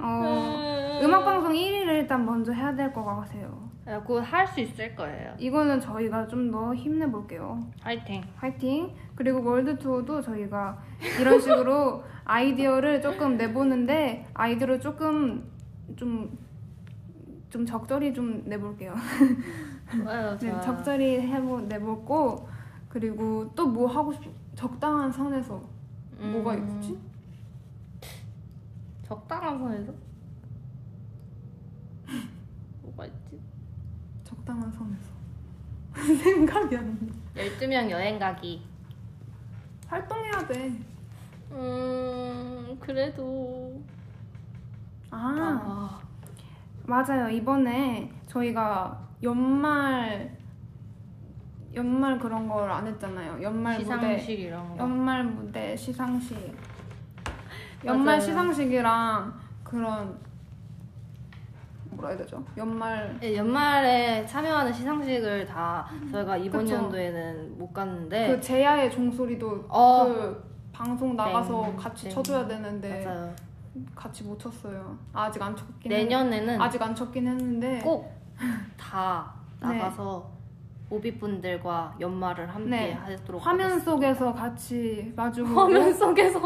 [SPEAKER 1] 어, 음악방송 1위를 일단 먼저 해야 될 것 같아요.
[SPEAKER 2] 야, 그거 할 수 있을 거예요.
[SPEAKER 1] 이거는 저희가 좀 더 힘내볼게요.
[SPEAKER 2] 화이팅.
[SPEAKER 1] 화이팅! 그리고 월드 투어도 저희가 이런 식으로 아이디어를 조금 내보는데 아이디어를 조금 좀, 좀 적절히 좀 내볼게요.
[SPEAKER 2] 좋아요,
[SPEAKER 1] 네,
[SPEAKER 2] 좋아요.
[SPEAKER 1] 적절히 해보, 내보고 그리고 또 뭐 하고 싶, 적당한 선에서
[SPEAKER 2] 음,
[SPEAKER 1] 뭐가 있지?
[SPEAKER 2] 적당한 선에서? 뭐가 있지?
[SPEAKER 1] 적당한 선에서 생각이 안 나.
[SPEAKER 2] 12명 여행 가기.
[SPEAKER 1] 활동해야 돼.
[SPEAKER 2] 음, 그래도.
[SPEAKER 1] 아 맞아요. 이번에 저희가 연말 연말 그런 걸 안 했잖아요. 연말 무대,
[SPEAKER 2] 시상식 이런 거.
[SPEAKER 1] 연말 무대 시상식, 연말
[SPEAKER 2] 맞아요.
[SPEAKER 1] 시상식이랑 그런 뭐라 해야 되죠? 연말
[SPEAKER 2] 예, 연말에 참여하는 시상식을 다 저희가 이번
[SPEAKER 1] 그쵸.
[SPEAKER 2] 연도에는 못 갔는데
[SPEAKER 1] 그 제야의 종소리도
[SPEAKER 2] 네. 어.
[SPEAKER 1] 그 방송 나가서
[SPEAKER 2] 땡,
[SPEAKER 1] 같이
[SPEAKER 2] 땡.
[SPEAKER 1] 쳐줘야 되는데
[SPEAKER 2] 맞아요.
[SPEAKER 1] 같이 못 쳤어요. 아직 안 네. 쳤긴
[SPEAKER 2] 내년에는
[SPEAKER 1] 했, 아직 안 쳤긴 했는데
[SPEAKER 2] 꼭 다 나가서 오비분들과 연말을 함께
[SPEAKER 1] 네.
[SPEAKER 2] 하도록
[SPEAKER 1] 화면 속에서 같이 마주보고
[SPEAKER 2] 화면 속에서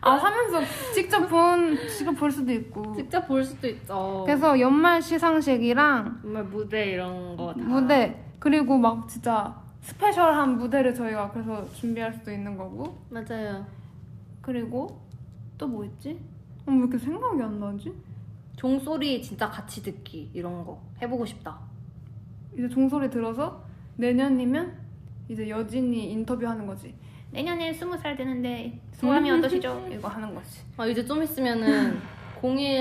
[SPEAKER 1] 아 화면서 직접 본 직접 볼 수도 있고
[SPEAKER 2] 직접 볼 수도 있죠.
[SPEAKER 1] 그래서 연말 시상식이랑
[SPEAKER 2] 정말 무대 이런 거 다.
[SPEAKER 1] 무대 그리고 막 진짜 스페셜한 무대를 저희가 그래서 준비할 수도 있는 거고
[SPEAKER 2] 맞아요.
[SPEAKER 1] 그리고 또 뭐 있지? 어, 왜 이렇게 생각이 안 나지?
[SPEAKER 2] 종소리 진짜 같이 듣기 이런 거 해보고 싶다.
[SPEAKER 1] 이제 종소리 들어서 내년이면 이제 여진이 인터뷰하는 거지 음. 내년에 스무 살 되는데 소감이 어떠시죠? 이거 하는 거지
[SPEAKER 2] 아 이제 좀 있으면은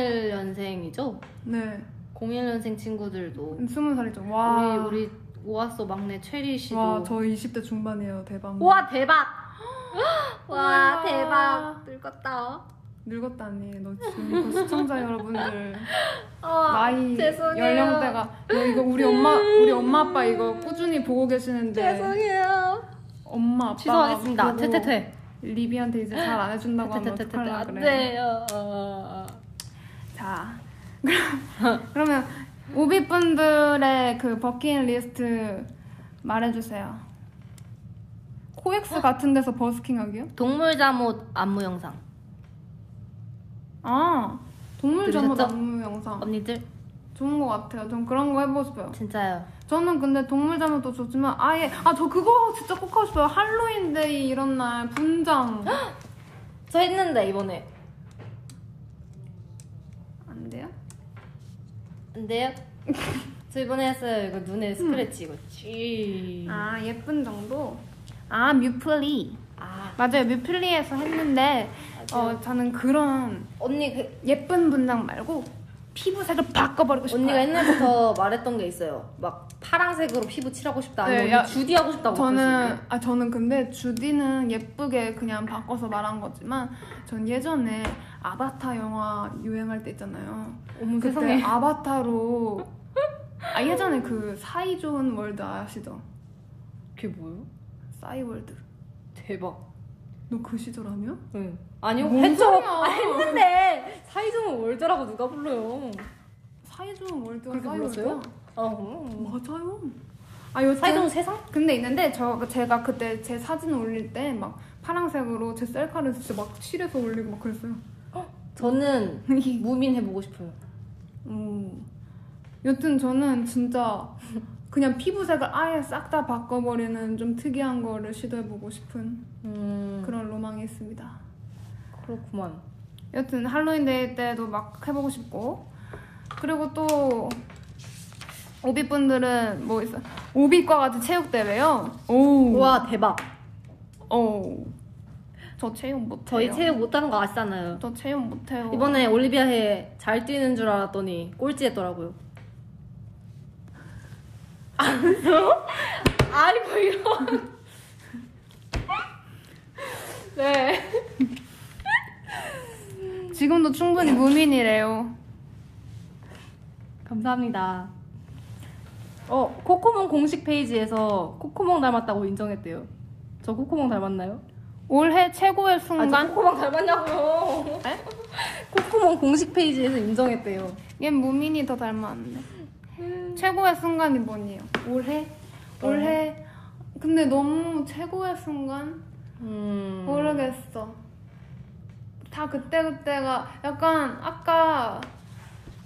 [SPEAKER 2] 01년생이죠.
[SPEAKER 1] 네
[SPEAKER 2] 01년생 친구들도
[SPEAKER 1] 스무 살이죠 와
[SPEAKER 2] 우리 우리 오아소 막내 최리 씨도
[SPEAKER 1] 와, 저 20대 중반이에요. 대박.
[SPEAKER 2] 와 대박!
[SPEAKER 1] 우와.
[SPEAKER 2] 와 대박! 늙었다.
[SPEAKER 1] 늙었다니. 너 지금 이거 시청자 여러분들
[SPEAKER 2] 아,
[SPEAKER 1] 나이
[SPEAKER 2] 죄송해요.
[SPEAKER 1] 연령대가 너 이거 우리 엄마 우리 엄마 아빠 이거 꾸준히 보고 계시는데
[SPEAKER 2] 죄송해요.
[SPEAKER 1] 엄마 아빠
[SPEAKER 2] 취소하겠습니다. 퇴퇴퇴.
[SPEAKER 1] 리비한테 이제 잘 안 해준다고 하면
[SPEAKER 2] 퇴퇴퇴퇴.
[SPEAKER 1] 어떡하려
[SPEAKER 2] 안
[SPEAKER 1] 그래.
[SPEAKER 2] 돼요. 어, 어, 어.
[SPEAKER 1] 자, 그럼 그러면 오비 분들의 그 버킷리스트 말해주세요. 코엑스 같은 데서 버스킹하기요?
[SPEAKER 2] 동물 잠옷 안무 영상.
[SPEAKER 1] 아, 동물 잠옷
[SPEAKER 2] 들으셨죠?
[SPEAKER 1] 안무 영상
[SPEAKER 2] 언니들
[SPEAKER 1] 좋은 것 같아요. 전 그런 거 해보고 싶어요.
[SPEAKER 2] 진짜요.
[SPEAKER 1] 저는 근데 동물 잠옷도 좋지만 아예 아 저 그거 진짜 꼭 하고 싶어요 할로윈데이 이런 날 분장
[SPEAKER 2] 저 했는데 이번에
[SPEAKER 1] 안 돼요?
[SPEAKER 2] 안 돼요? 저 이번에 했어요. 이거 눈에 스크래치 이거 쥐.
[SPEAKER 1] 아 예쁜 정도 아 뮤플리
[SPEAKER 2] 아
[SPEAKER 1] 맞아요 뮤플리에서 했는데
[SPEAKER 2] 맞아요.
[SPEAKER 1] 어 저는 그런
[SPEAKER 2] 언니 그
[SPEAKER 1] 예쁜 분장 말고 피부색을 바꿔버리고 싶어요
[SPEAKER 2] 언니가 옛날부터 말했던 게 있어요. 막 파랑색으로 피부 칠하고 싶다.
[SPEAKER 1] 네,
[SPEAKER 2] 아니면
[SPEAKER 1] 야,
[SPEAKER 2] 주디 하고 싶다고.
[SPEAKER 1] 저는
[SPEAKER 2] 그랬었는데.
[SPEAKER 1] 아 저는 근데 주디는 예쁘게 그냥 바꿔서 말한 거지만 전 예전에 아바타 영화 유행할 때 있잖아요.
[SPEAKER 2] 어머,
[SPEAKER 1] 그때
[SPEAKER 2] 세상에.
[SPEAKER 1] 아바타로 아 예전에 그 사이 좋은 월드 아시죠?
[SPEAKER 2] 그게 뭐예요?
[SPEAKER 1] 싸이 월드.
[SPEAKER 2] 대박.
[SPEAKER 1] 너 그 시절 아니야?
[SPEAKER 2] 응. 아니요
[SPEAKER 1] 뭔
[SPEAKER 2] 했죠.
[SPEAKER 1] 소리야.
[SPEAKER 2] 아, 했는데 사이즈는 월드라고 누가 불러요?
[SPEAKER 1] 사이 좋은 월드가
[SPEAKER 2] 그렇게
[SPEAKER 1] 싸이
[SPEAKER 2] 불렀어요?
[SPEAKER 1] 월드야?
[SPEAKER 2] 아, 음.
[SPEAKER 1] 맞아요. 아 여튼
[SPEAKER 2] 사이동 세상?
[SPEAKER 1] 근데 있는데 저 제가 그때 제 사진 올릴 때 막 파랑색으로 제 셀카를 진짜 막 칠해서 올리고 막 그랬어요.
[SPEAKER 2] 저는 무민 해보고 싶어요.
[SPEAKER 1] 오. 여튼 저는 진짜 그냥 피부색을 아예 싹 다 바꿔버리는 좀 특이한 거를 시도해보고 싶은
[SPEAKER 2] 음,
[SPEAKER 1] 그런 로망이 있습니다.
[SPEAKER 2] 그렇구만.
[SPEAKER 1] 여튼 할로윈데이 때도 막 해보고 싶고 그리고 또 오비분들은 뭐 있어? 오비과 같은 체육대회요. 오.
[SPEAKER 2] 와 대박.
[SPEAKER 1] 오. 저 체육 못해요.
[SPEAKER 2] 저희 체육 못하는 거 아시잖아요.
[SPEAKER 1] 저 체육 못해요.
[SPEAKER 2] 이번에 올리비아 해에 잘 뛰는 줄 알았더니 꼴찌했더라고요. 안 써? 뭐 아이고 이런. 네.
[SPEAKER 1] 지금도 충분히 무민이래요.
[SPEAKER 2] 감사합니다. 어 코코몽 공식 페이지에서 코코몽 닮았다고 인정했대요. 저 코코몽 닮았나요?
[SPEAKER 1] 올해 최고의
[SPEAKER 2] 아,
[SPEAKER 1] 순간.
[SPEAKER 2] 저 코코몽 닮았냐고요. 코코몽 공식 페이지에서 인정했대요.
[SPEAKER 1] 얜 무민이 더 닮았는데. 최고의 순간이 뭐니요? 올해?
[SPEAKER 2] 네.
[SPEAKER 1] 올해? 근데 너무 최고의 순간?
[SPEAKER 2] 음.
[SPEAKER 1] 모르겠어. 다 그때그때가 약간 아까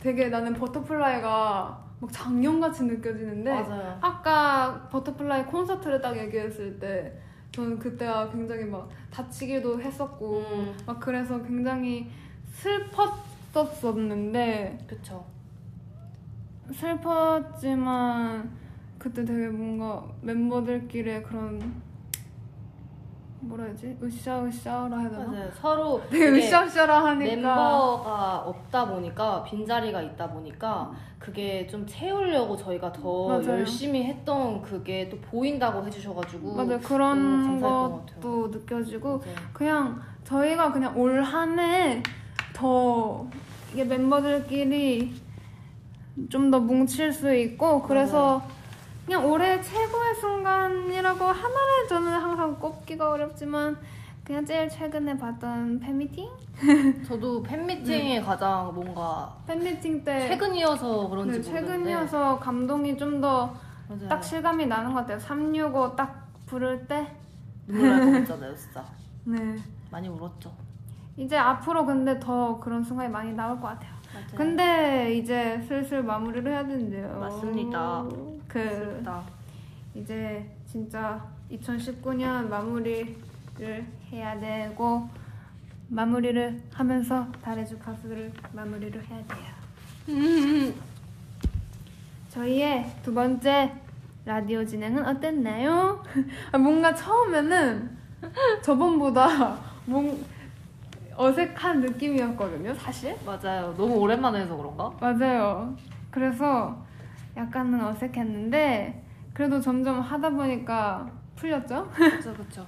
[SPEAKER 1] 되게 나는 버터플라이가 막
[SPEAKER 2] 네.
[SPEAKER 1] 작년같이 느껴지는데
[SPEAKER 2] 맞아요.
[SPEAKER 1] 아까 버터플라이 콘서트를 딱 얘기했을 때 저는 그때가 굉장히 막 다치기도 했었고
[SPEAKER 10] 음.
[SPEAKER 1] 막 그래서 굉장히 슬펐었었는데
[SPEAKER 2] 그쵸.
[SPEAKER 1] 슬펐지만 그때 되게 뭔가 멤버들끼리의 그런 뭐라 해야지 으쌰으쌰라 해야 되나?
[SPEAKER 2] 맞아요. 서로
[SPEAKER 1] 되게
[SPEAKER 2] 되게
[SPEAKER 1] 으쌰으쌰라 하니까
[SPEAKER 2] 멤버가 없다 보니까 빈자리가 있다 보니까 그게 좀 채우려고 저희가 더
[SPEAKER 1] 맞아요.
[SPEAKER 2] 열심히 했던 그게 또 보인다고 해주셔가지고
[SPEAKER 1] 맞아
[SPEAKER 2] 너무
[SPEAKER 1] 그런
[SPEAKER 2] 감사했던 것
[SPEAKER 1] 것도 느껴지고
[SPEAKER 2] 맞아요.
[SPEAKER 1] 그냥 저희가 그냥 올 한해 더 이게 멤버들끼리 좀 더 뭉칠 수 있고 그래서 그냥 올해 최고의 순간이라고 하나를 저는 항상 꼽기가 어렵지만 그냥 제일 최근에 봤던 팬미팅?
[SPEAKER 2] 저도
[SPEAKER 1] 네.
[SPEAKER 2] 팬미팅에 가장 뭔가
[SPEAKER 1] 팬미팅 때
[SPEAKER 2] 최근이어서 그런지 네.
[SPEAKER 1] 네,
[SPEAKER 2] 모르겠는데
[SPEAKER 1] 최근이어서 감동이 좀 더 딱
[SPEAKER 2] 맞아요.
[SPEAKER 1] 실감이 나는 것 같아요 365 딱 부를 때
[SPEAKER 2] 눈물 날것 같잖아요 진짜
[SPEAKER 1] 네.
[SPEAKER 2] 많이 울었죠
[SPEAKER 1] 이제 앞으로 근데 더 그런 순간이 많이 나올 것 같아요 근데 이제 슬슬 마무리를 해야 된대요.
[SPEAKER 10] 네. 맞습니다.
[SPEAKER 1] 그
[SPEAKER 10] 슬프다.
[SPEAKER 1] 이제 진짜 2019년 마무리를 해야 되고 마무리를 하면서 달의 주파수를 마무리를 해야 돼요. 저희의 두 번째 라디오 진행은 어땠나요? 아, 뭔가 처음에는 저번보다 뭔 어색한 느낌이었거든요, 사실.
[SPEAKER 10] 맞아요. 너무 오랜만에 해서 그런가?
[SPEAKER 1] 맞아요. 그래서 약간은 어색했는데 그래도 점점 하다 보니까 풀렸죠?
[SPEAKER 2] 그쵸 그쵸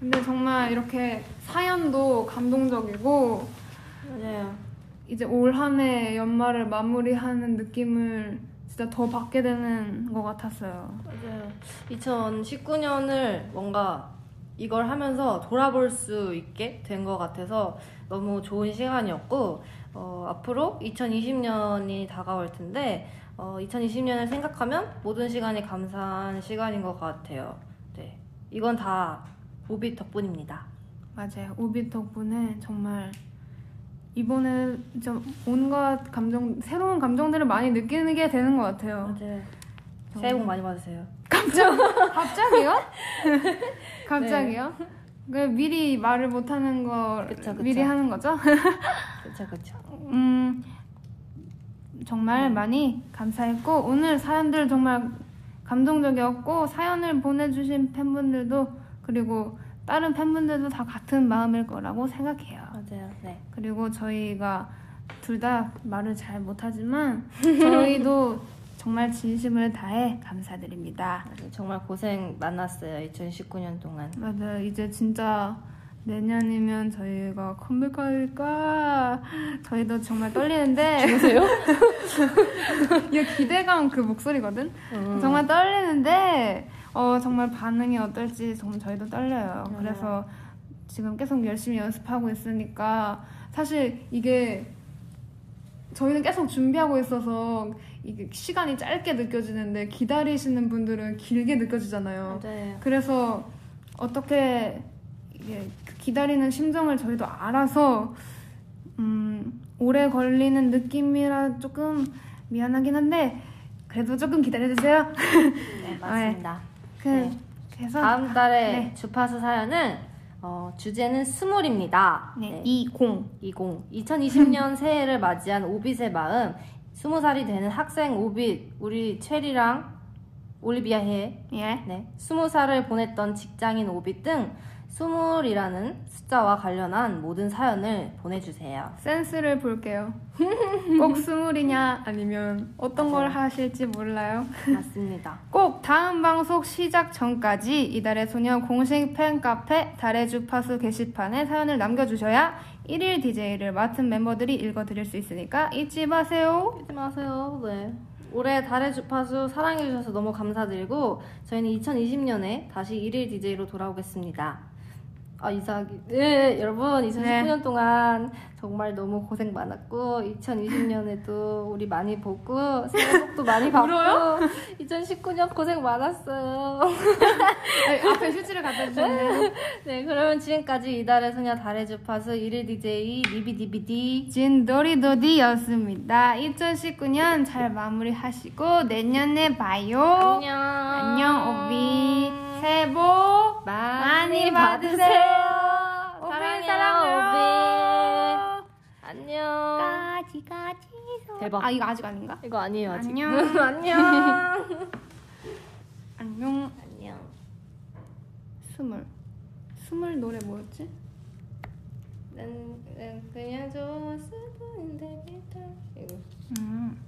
[SPEAKER 1] 근데 정말 이렇게 사연도 감동적이고
[SPEAKER 2] 맞아요
[SPEAKER 1] 이제 올 한 해 연말을 마무리하는 느낌을 진짜 더 받게 되는 것 같았어요.
[SPEAKER 2] 맞아요 2019년을 뭔가 이걸 하면서 돌아볼 수 있게 된 것 같아서 너무 좋은 시간이었고 어, 앞으로 2020년이 다가올 텐데 2020년을 생각하면 모든 시간이 감사한 시간인 것 같아요 네 이건 다 오빛 덕분입니다
[SPEAKER 1] 맞아요. 오빛 덕분에 정말 이번에 좀 온갖 감정, 새로운 감정들을 많이 느끼게 되는 것 같아요.
[SPEAKER 2] 맞아요 새해 복 많이 받으세요
[SPEAKER 1] 갑자기요? 갑자기요? 그 미리 말을 못하는 걸
[SPEAKER 2] 그쵸, 그쵸.
[SPEAKER 1] 미리 하는 거죠?
[SPEAKER 2] 그쵸 그쵸
[SPEAKER 1] 음 정말 많이 감사했고 오늘 사연들 정말 감동적이었고 사연을 보내주신 팬분들도 그리고 다른 팬분들도 다 같은 마음일 거라고 생각해요.
[SPEAKER 2] 맞아요 네
[SPEAKER 1] 그리고 저희가 둘 다 말을 잘 못하지만 저희도 정말 진심을 다해 감사드립니다.
[SPEAKER 2] 맞아요. 정말 고생 많았어요. 2019년 동안.
[SPEAKER 1] 맞아요. 이제 진짜 내년이면 저희가 컴백할까 저희도 정말 떨리는데
[SPEAKER 2] 보세요.
[SPEAKER 1] 이 기대감 그 목소리거든. 정말 떨리는데 어 정말 반응이 어떨지 정말 저희도 떨려요.
[SPEAKER 2] 맞아요.
[SPEAKER 1] 그래서 지금 계속 열심히 연습하고 있으니까 사실 이게 저희는 계속 준비하고 있어서 이게 시간이 짧게 느껴지는데 기다리시는 분들은 길게 느껴지잖아요.
[SPEAKER 2] 맞아요. 네,
[SPEAKER 1] 그래서 어떻게 이게 그 기다리는 심정을 저희도 알아서 음, 오래 걸리는 느낌이라 조금 미안하긴 한데 그래도 조금 기다려주세요.
[SPEAKER 2] 네, 맞습니다.
[SPEAKER 1] 그,
[SPEAKER 2] 네.
[SPEAKER 1] 그래서
[SPEAKER 2] 다음 달에
[SPEAKER 1] 네.
[SPEAKER 2] 주파수 사연은 어, 주제는 스물입니다.
[SPEAKER 1] 네, 20
[SPEAKER 2] 20. 2020년 새해를 맞이한 오빛의 마음. 스무 살이 되는 학생 오빛. 우리 체리랑 올리비아 해.
[SPEAKER 1] 예
[SPEAKER 2] 네, 스무 살을 보냈던 직장인 오빛 등 스물이라는 숫자와 관련한 모든 사연을 보내주세요.
[SPEAKER 1] 센스를 볼게요. 꼭 스물이냐 아니면 어떤 걸 하실지 몰라요.
[SPEAKER 2] 맞습니다.
[SPEAKER 1] 꼭 다음 방송 시작 전까지 이달의 소녀 공식 팬카페 달의 주파수 게시판에 사연을 남겨주셔야 1일 DJ를 맡은 멤버들이 읽어드릴 수 있으니까 잊지 마세요.
[SPEAKER 2] 잊지 마세요. 네. 올해 달의 주파수 사랑해주셔서 너무 감사드리고 저희는 2020년에 다시 1일 DJ로 돌아오겠습니다. 아 이사하기. 네, 여러분 2019년 동안 정말 너무 고생 많았고 2020년에도 우리 많이 보고 새해 복도 많이 받고 2019년 고생 많았어요.
[SPEAKER 1] 네, 앞에 휴지를 갖다 주셨네요.
[SPEAKER 2] 네, 그러면 지금까지 이달의 소녀 달의 주파수 1일 DJ 리비디비디
[SPEAKER 1] 진도리도디였습니다. 2019년 잘 마무리하시고 내년에 봐요.
[SPEAKER 2] 안녕
[SPEAKER 1] 안녕 오비. 새해 복
[SPEAKER 2] 많이
[SPEAKER 1] 많이
[SPEAKER 2] 받으세요.
[SPEAKER 1] 받으세요.
[SPEAKER 2] 사랑해요,
[SPEAKER 1] 오빈 사랑해요.
[SPEAKER 2] 안녕.
[SPEAKER 1] 까지 까지
[SPEAKER 11] 대박.
[SPEAKER 1] 아 이거 아직 아닌가?
[SPEAKER 2] 이거 아니에요 아직.
[SPEAKER 1] 안녕.
[SPEAKER 2] 안녕.
[SPEAKER 1] 안녕.
[SPEAKER 2] 안녕.
[SPEAKER 1] 스물. 스물 노래 뭐였지?
[SPEAKER 2] 난, 난 그냥 좋았을 뿐인데 기타 이거
[SPEAKER 1] 음.